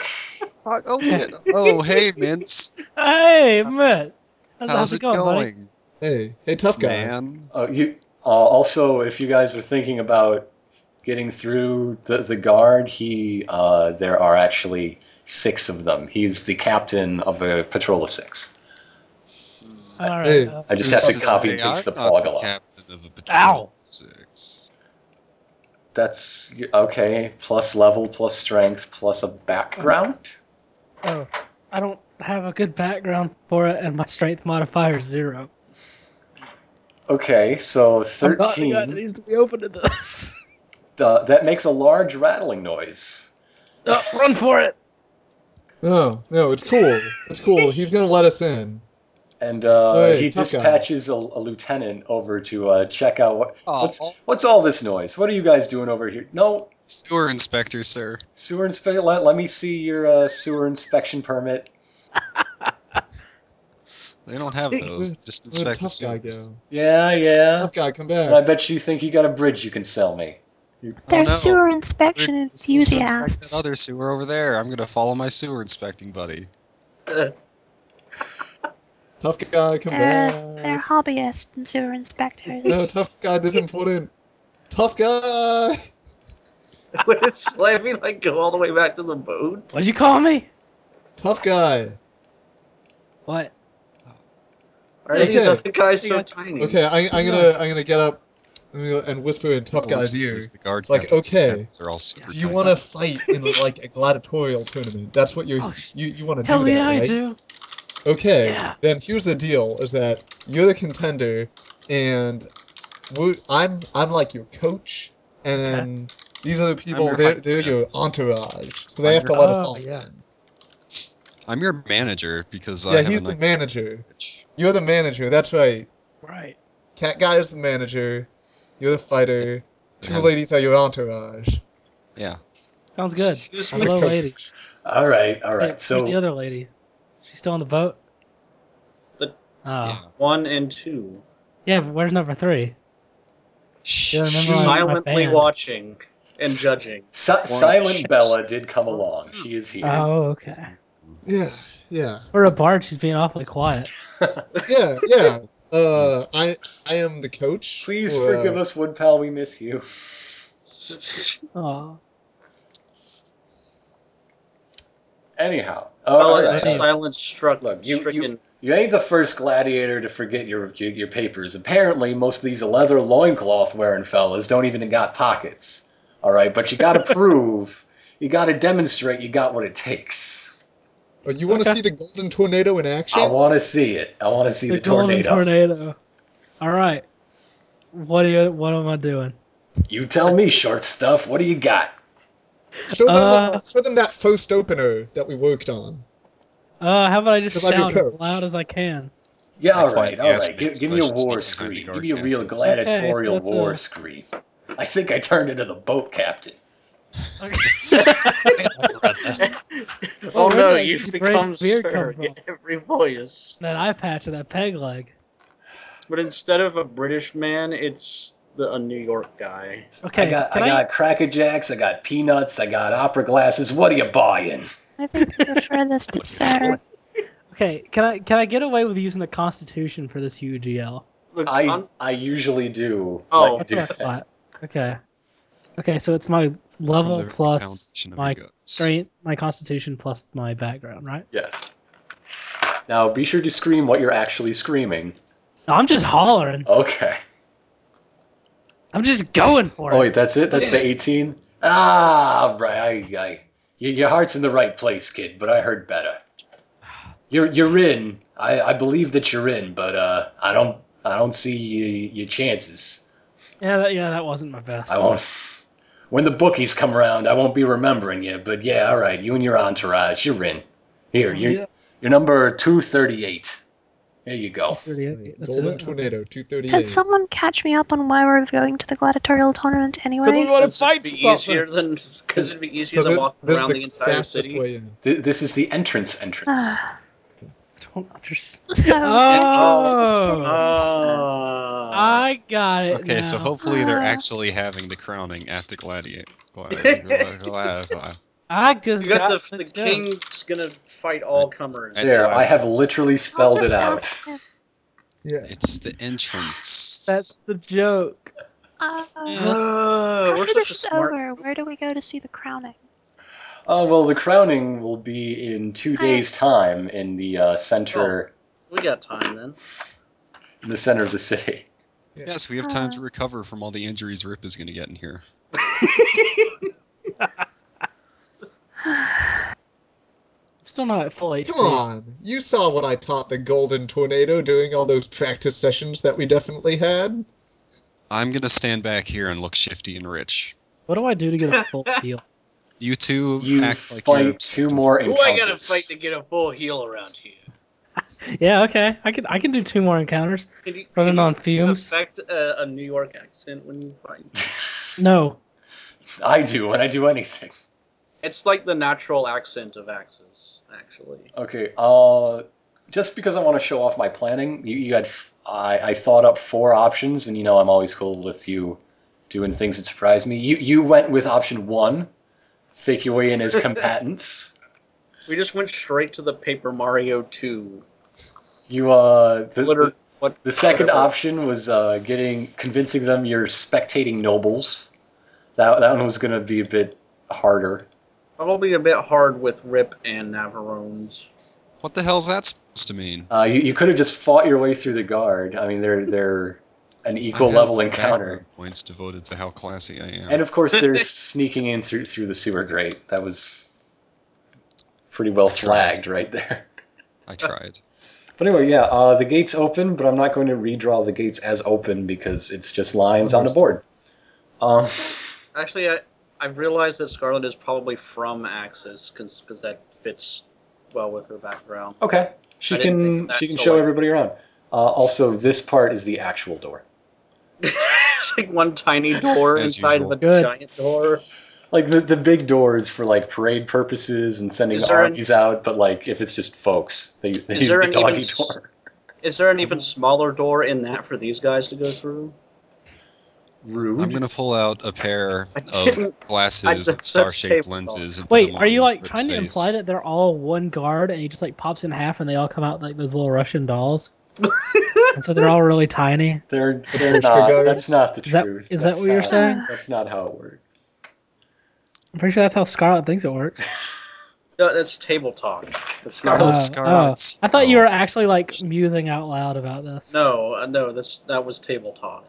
[SPEAKER 6] Fuck, open it. Oh, hey, Minz.
[SPEAKER 2] Hey, man. How's,
[SPEAKER 6] How's
[SPEAKER 2] it
[SPEAKER 6] it
[SPEAKER 2] going, buddy?
[SPEAKER 6] going,
[SPEAKER 3] Hey, hey, tough guy.
[SPEAKER 6] man?
[SPEAKER 1] Uh, you uh, also, if you guys were thinking about getting through the the guard, he uh, there are actually six of them. He's the captain of a patrol of six.
[SPEAKER 2] All right.
[SPEAKER 3] Hey.
[SPEAKER 2] uh,
[SPEAKER 1] I just
[SPEAKER 3] Who's
[SPEAKER 1] have to
[SPEAKER 3] to
[SPEAKER 1] copy and
[SPEAKER 6] Hey,
[SPEAKER 1] paste the
[SPEAKER 6] I'm not
[SPEAKER 1] plug a lot.
[SPEAKER 6] captain of a patrol.
[SPEAKER 2] Ow.
[SPEAKER 6] Six.
[SPEAKER 1] That's okay. Plus level, plus strength, plus a background.
[SPEAKER 2] oh, I don't have a good background for it, and my strength modifier is zero.
[SPEAKER 1] Okay, so
[SPEAKER 2] I'm not the guy that
[SPEAKER 1] 13.
[SPEAKER 2] needs to be open to this.
[SPEAKER 1] Uh, that makes a large rattling noise.
[SPEAKER 2] Oh, run for it.
[SPEAKER 3] No, no, it's cool. It's cool. He's gonna let us in.
[SPEAKER 1] And uh,
[SPEAKER 3] Hey,
[SPEAKER 1] he
[SPEAKER 3] tough guy.
[SPEAKER 1] dispatches a, a lieutenant over to uh, check out what,
[SPEAKER 6] Aw,
[SPEAKER 1] what's,
[SPEAKER 6] all-
[SPEAKER 1] what's all this noise? What are you guys doing over here? No,
[SPEAKER 6] Sewer inspector, sir.
[SPEAKER 1] sewer inspection. Let, let me see your uh, sewer inspection permit.
[SPEAKER 6] They don't have those. Just
[SPEAKER 3] Where'd
[SPEAKER 6] inspect the
[SPEAKER 3] tough guy go?
[SPEAKER 6] sewers.
[SPEAKER 1] Yeah, yeah.
[SPEAKER 3] Tough guy, come
[SPEAKER 1] And I
[SPEAKER 3] back.
[SPEAKER 1] bet you think you got a bridge you can sell me.
[SPEAKER 6] Oh,
[SPEAKER 5] They're
[SPEAKER 6] no.
[SPEAKER 5] sewer inspection
[SPEAKER 6] We're supposed to inspect that
[SPEAKER 5] enthusiasts.
[SPEAKER 6] other sewer over there. I'm gonna follow my sewer inspecting buddy.
[SPEAKER 3] Tough guy,
[SPEAKER 5] Uh,
[SPEAKER 3] come
[SPEAKER 5] They're, they're
[SPEAKER 3] back.
[SPEAKER 5] hobbyists and sewer inspectors.
[SPEAKER 3] No, tough guy is important. Tough guy.
[SPEAKER 4] would it slam me like go all the way back to the boat?
[SPEAKER 2] What'd you call me?
[SPEAKER 3] Tough guy.
[SPEAKER 2] What?
[SPEAKER 4] Are these
[SPEAKER 3] Okay.
[SPEAKER 4] other guys so
[SPEAKER 2] Yes.
[SPEAKER 4] tiny?
[SPEAKER 3] Okay, I, I'm gonna, I'm gonna get up and whisper in
[SPEAKER 6] Oh,
[SPEAKER 3] tough guy's ear.
[SPEAKER 6] The guard
[SPEAKER 3] Like,
[SPEAKER 6] captains.
[SPEAKER 3] okay.
[SPEAKER 6] Captains are all super
[SPEAKER 3] Do you
[SPEAKER 6] tiny.
[SPEAKER 3] want to fight in like a gladiatorial tournament? That's what you're,
[SPEAKER 2] Oh, sh-
[SPEAKER 3] you, you want to do
[SPEAKER 2] Hell
[SPEAKER 3] that,
[SPEAKER 2] yeah, I
[SPEAKER 3] right?
[SPEAKER 2] do.
[SPEAKER 3] Okay,
[SPEAKER 2] Yeah.
[SPEAKER 3] then here's the deal: is that you're the contender, and we I'm I'm like your coach, and then these other people
[SPEAKER 6] your
[SPEAKER 3] they're
[SPEAKER 6] vice
[SPEAKER 3] they're
[SPEAKER 6] champ.
[SPEAKER 3] your entourage, so they
[SPEAKER 6] I'm
[SPEAKER 3] have to
[SPEAKER 6] your-
[SPEAKER 3] let us
[SPEAKER 2] Oh.
[SPEAKER 3] all in.
[SPEAKER 6] I'm your manager because I
[SPEAKER 3] Yeah,
[SPEAKER 6] have
[SPEAKER 3] he's
[SPEAKER 6] a
[SPEAKER 3] the
[SPEAKER 6] nice
[SPEAKER 3] manager.
[SPEAKER 6] pitch.
[SPEAKER 3] You're the manager. That's right.
[SPEAKER 2] Right.
[SPEAKER 3] Cat guy is the manager. You're the fighter. Two
[SPEAKER 6] Yeah.
[SPEAKER 3] ladies are your entourage.
[SPEAKER 6] Yeah.
[SPEAKER 2] Sounds good.
[SPEAKER 4] Excuse
[SPEAKER 3] I'm
[SPEAKER 4] me.
[SPEAKER 3] the
[SPEAKER 2] Hello,
[SPEAKER 3] coach.
[SPEAKER 2] ladies.
[SPEAKER 1] All right, all
[SPEAKER 2] Hey,
[SPEAKER 1] right.
[SPEAKER 2] who's the
[SPEAKER 1] So
[SPEAKER 2] other lady? She's still on the boat?
[SPEAKER 4] The-
[SPEAKER 2] oh. Yeah.
[SPEAKER 4] One and two.
[SPEAKER 2] but where's number three? Do you remember I-
[SPEAKER 6] Shh.
[SPEAKER 2] my
[SPEAKER 4] Silently
[SPEAKER 2] band.
[SPEAKER 4] watching and judging.
[SPEAKER 1] Si- Silent Bella did come along. She is here.
[SPEAKER 2] Oh, okay.
[SPEAKER 3] Yeah, yeah,
[SPEAKER 2] For a bard, she's being awfully quiet.
[SPEAKER 3] yeah, yeah. Uh, I I am the coach.
[SPEAKER 1] Please
[SPEAKER 3] for,
[SPEAKER 1] forgive
[SPEAKER 3] uh,
[SPEAKER 1] us, Wood Pal. We miss you.
[SPEAKER 2] Oh,
[SPEAKER 1] Anyhow, uh,
[SPEAKER 4] Well,
[SPEAKER 1] all right,
[SPEAKER 4] it's
[SPEAKER 1] uh,
[SPEAKER 4] silence struck.
[SPEAKER 1] Look, you- you-
[SPEAKER 4] stricken.
[SPEAKER 1] you ain't the first gladiator to forget your, your your papers. Apparently, most of these leather loincloth wearing fellas don't even got pockets. All right, but you got to prove, you got to demonstrate, you got what it takes.
[SPEAKER 3] oh, you want to
[SPEAKER 2] Okay.
[SPEAKER 3] see the golden tornado in action?
[SPEAKER 1] I want to see it. I want to see the,
[SPEAKER 2] the golden
[SPEAKER 1] tornado.
[SPEAKER 2] tornado. All right. What do you? What am I doing?
[SPEAKER 1] You tell me, short stuff. What do you got?
[SPEAKER 3] show them
[SPEAKER 2] Uh,
[SPEAKER 3] uh, show them that first opener that we worked on.
[SPEAKER 2] Uh, how about I just
[SPEAKER 3] 'Cause I'm your
[SPEAKER 2] shout as
[SPEAKER 3] coach.
[SPEAKER 2] loud as I can?
[SPEAKER 1] Yeah,
[SPEAKER 6] I
[SPEAKER 1] all
[SPEAKER 6] find
[SPEAKER 1] right, all right.
[SPEAKER 6] aspects
[SPEAKER 1] Give, give
[SPEAKER 6] I
[SPEAKER 1] me a
[SPEAKER 6] should sneak
[SPEAKER 1] war
[SPEAKER 6] behind
[SPEAKER 1] scream.
[SPEAKER 6] the
[SPEAKER 1] Give
[SPEAKER 6] guard
[SPEAKER 1] me a real
[SPEAKER 6] captains.
[SPEAKER 1] gladiatorial
[SPEAKER 2] Okay, so that's
[SPEAKER 1] war
[SPEAKER 2] a-
[SPEAKER 1] scream. I think I turned into the boat captain.
[SPEAKER 4] oh
[SPEAKER 5] Oh,
[SPEAKER 2] where'd
[SPEAKER 4] no,
[SPEAKER 2] that
[SPEAKER 4] you've
[SPEAKER 2] brave
[SPEAKER 4] become
[SPEAKER 2] beard come
[SPEAKER 4] Sir
[SPEAKER 2] from?
[SPEAKER 4] in every voice.
[SPEAKER 2] That eye patch and that peg leg.
[SPEAKER 4] But instead of a British man, it's the, a New York guy.
[SPEAKER 2] Okay,
[SPEAKER 1] I got,
[SPEAKER 2] can
[SPEAKER 1] I
[SPEAKER 2] I,
[SPEAKER 1] got Cracker Jacks. I got peanuts. I got opera glasses. What are you buying?
[SPEAKER 5] I think we prefer this to Sarah.
[SPEAKER 2] Okay, can I can I get away with using the Constitution for this UGL?
[SPEAKER 4] The,
[SPEAKER 1] I
[SPEAKER 4] I'm-
[SPEAKER 1] I usually do.
[SPEAKER 4] Oh.
[SPEAKER 1] let
[SPEAKER 2] That's
[SPEAKER 1] you do
[SPEAKER 2] what I
[SPEAKER 1] that.
[SPEAKER 2] thought. Okay, okay, so it's my level
[SPEAKER 6] Deliver the
[SPEAKER 2] plus
[SPEAKER 6] foundation of your
[SPEAKER 2] my
[SPEAKER 6] guts.
[SPEAKER 2] strength, my Constitution plus my background, right?
[SPEAKER 1] Yes. Now be sure to scream what you're actually screaming.
[SPEAKER 2] I'm just hollering.
[SPEAKER 1] Okay.
[SPEAKER 2] I'm just going for it.
[SPEAKER 1] Oh wait, that's it. That's the 18. Ah, right. I, I, your, your heart's in the right place, kid. But I heard better. You're you're in. I, I believe that you're in, but uh, I don't I don't see you, your chances.
[SPEAKER 2] Yeah, that, yeah, that wasn't my best.
[SPEAKER 1] I won't. When the bookies come around, I won't be remembering you. But yeah, all right. You and your entourage, you're in. Here, you're
[SPEAKER 2] Yeah,
[SPEAKER 1] you're number 238. There you go.
[SPEAKER 2] 38, that's
[SPEAKER 3] golden
[SPEAKER 2] it.
[SPEAKER 3] tornado, two thirty
[SPEAKER 5] Can
[SPEAKER 3] eight.
[SPEAKER 5] someone catch me up on why we're going to the gladiatorial tournament
[SPEAKER 2] Because we
[SPEAKER 5] anyway?
[SPEAKER 2] want to
[SPEAKER 4] Does it
[SPEAKER 2] fight
[SPEAKER 4] be
[SPEAKER 2] something.
[SPEAKER 4] easier than because it'd be easier
[SPEAKER 3] Because
[SPEAKER 4] than
[SPEAKER 3] it,
[SPEAKER 4] walking
[SPEAKER 3] this is
[SPEAKER 4] around the,
[SPEAKER 3] the,
[SPEAKER 4] entire
[SPEAKER 3] fastest
[SPEAKER 4] city.
[SPEAKER 3] way in.
[SPEAKER 1] Th- this is the entrance entrance.
[SPEAKER 5] Ah.
[SPEAKER 2] I don't understand.
[SPEAKER 5] So
[SPEAKER 2] Oh.
[SPEAKER 5] uh,
[SPEAKER 4] Ah.
[SPEAKER 2] I got it.
[SPEAKER 6] Okay, so
[SPEAKER 2] now.
[SPEAKER 6] hopefully they're
[SPEAKER 5] Ah.
[SPEAKER 6] actually having the crowning at the gladiator. gladiator.
[SPEAKER 2] I just
[SPEAKER 4] you got, the, the
[SPEAKER 2] joke.
[SPEAKER 4] king's gonna fight all comers.
[SPEAKER 6] I-
[SPEAKER 1] There, I
[SPEAKER 6] Entrance.
[SPEAKER 1] have literally
[SPEAKER 5] I'll
[SPEAKER 1] spelled it
[SPEAKER 5] just
[SPEAKER 1] out.
[SPEAKER 5] ask him.
[SPEAKER 3] Yeah.
[SPEAKER 6] It's the entrance.
[SPEAKER 2] That's the joke.
[SPEAKER 5] Uh,
[SPEAKER 4] Uh, we're such
[SPEAKER 5] after this
[SPEAKER 4] a
[SPEAKER 5] is
[SPEAKER 4] smart.
[SPEAKER 5] over, where do we go to see the crowning?
[SPEAKER 1] Oh well, the crowning will be in two
[SPEAKER 5] Hi.
[SPEAKER 1] days' time in the uh, center,
[SPEAKER 4] We got time then.
[SPEAKER 1] in the center of the city.
[SPEAKER 6] Yes, we have time
[SPEAKER 5] Ah.
[SPEAKER 6] to recover from all the injuries Rip is going to get in here.
[SPEAKER 2] I'm still not at full HP.
[SPEAKER 3] Come on, you saw what I taught the golden tornado during all those practice sessions that we definitely had.
[SPEAKER 6] I'm going to stand back here and look shifty and rich.
[SPEAKER 2] What do I do to get a full heal?
[SPEAKER 6] You two
[SPEAKER 1] You
[SPEAKER 6] act like you're
[SPEAKER 1] fight
[SPEAKER 6] obsessed
[SPEAKER 1] two
[SPEAKER 6] with-
[SPEAKER 1] more
[SPEAKER 4] Who
[SPEAKER 1] encounters.
[SPEAKER 4] I gotta fight to get a full heal around here?
[SPEAKER 2] Yeah, okay. I can I can do two more encounters.
[SPEAKER 4] Can you,
[SPEAKER 2] Running
[SPEAKER 4] can you
[SPEAKER 2] on fumes?
[SPEAKER 4] Affect a, a New York accent when you fight.
[SPEAKER 2] No.
[SPEAKER 1] I do when I do anything.
[SPEAKER 4] It's like the natural accent of axes, actually.
[SPEAKER 1] Okay. Uh, just because I want to show off my planning, you, you had f- I, I thought up four options, and you know I'm always cool with you doing things that surprise me. You you went with option one, Fakeway and his combatants.
[SPEAKER 4] We just went straight to the Paper Mario 2.
[SPEAKER 1] You uh, the,
[SPEAKER 4] Glitter,
[SPEAKER 1] the,
[SPEAKER 4] what,
[SPEAKER 1] the second
[SPEAKER 4] whatever.
[SPEAKER 1] option was uh, getting convincing them you're spectating nobles. That that one was gonna be a bit harder.
[SPEAKER 4] Probably a bit hard with Rip and Navarones.
[SPEAKER 6] What the hell's that supposed to mean?
[SPEAKER 1] Uh, you you could have just fought your way through the guard. I mean, they're they're an equal
[SPEAKER 6] I have
[SPEAKER 1] level encounter.
[SPEAKER 6] background Points devoted to how classy I am.
[SPEAKER 1] And of course, there's sneaking in through through the sewer grate. That was pretty well flagged right there.
[SPEAKER 6] I tried.
[SPEAKER 1] But anyway, yeah, uh, the gates open, but I'm not going to redraw the gates as open because it's just lines on a board. Um,
[SPEAKER 4] Actually, I, I've realized that Scarlet is probably from Axis because that fits well with her background.
[SPEAKER 1] okay, she
[SPEAKER 4] I didn't think
[SPEAKER 1] can
[SPEAKER 4] of that
[SPEAKER 1] she can
[SPEAKER 4] till
[SPEAKER 1] show
[SPEAKER 4] later.
[SPEAKER 1] everybody around. Uh, also, this part is the actual door.
[SPEAKER 4] it's like one tiny door
[SPEAKER 6] As
[SPEAKER 4] inside of
[SPEAKER 6] usual.
[SPEAKER 4] a
[SPEAKER 2] Good.
[SPEAKER 4] giant door.
[SPEAKER 1] like the, the big doors for like parade purposes and sending
[SPEAKER 4] Is there an-
[SPEAKER 1] armies out, but like if it's just folks, they, they
[SPEAKER 4] Is
[SPEAKER 1] use
[SPEAKER 4] there
[SPEAKER 1] the
[SPEAKER 4] an
[SPEAKER 1] doggy
[SPEAKER 4] even s-
[SPEAKER 1] door.
[SPEAKER 4] Is there
[SPEAKER 1] Mm-hmm.
[SPEAKER 4] an even smaller door in that for these guys to go through?
[SPEAKER 1] Rude.
[SPEAKER 6] I'm gonna pull out a pair
[SPEAKER 4] I
[SPEAKER 6] of
[SPEAKER 4] didn't- I
[SPEAKER 6] glasses
[SPEAKER 4] just said
[SPEAKER 6] with star-shaped
[SPEAKER 4] table
[SPEAKER 6] lenses. And put
[SPEAKER 2] Wait,
[SPEAKER 6] them
[SPEAKER 2] are you
[SPEAKER 6] on
[SPEAKER 2] like
[SPEAKER 6] Rip's
[SPEAKER 2] trying to
[SPEAKER 6] face.
[SPEAKER 2] imply that they're all one guard and he just like pops in half and they all come out like those little Russian dolls? and so they're all really tiny.
[SPEAKER 1] They're, they're
[SPEAKER 3] Extra
[SPEAKER 1] not.
[SPEAKER 3] guards.
[SPEAKER 1] That's not the
[SPEAKER 2] Is that-
[SPEAKER 1] truth.
[SPEAKER 2] is that
[SPEAKER 1] That's
[SPEAKER 2] what you're
[SPEAKER 1] not-
[SPEAKER 2] saying?
[SPEAKER 1] That's not how it works.
[SPEAKER 2] I'm pretty sure that's how Scarlet thinks it works.
[SPEAKER 4] No, that's table talk.
[SPEAKER 1] That's
[SPEAKER 6] Oh,
[SPEAKER 1] not.
[SPEAKER 2] Uh,
[SPEAKER 6] Scarlet's-
[SPEAKER 2] I thought you
[SPEAKER 6] oh.
[SPEAKER 2] were actually like musing out loud about this.
[SPEAKER 4] No, uh, no, that's that was table talk.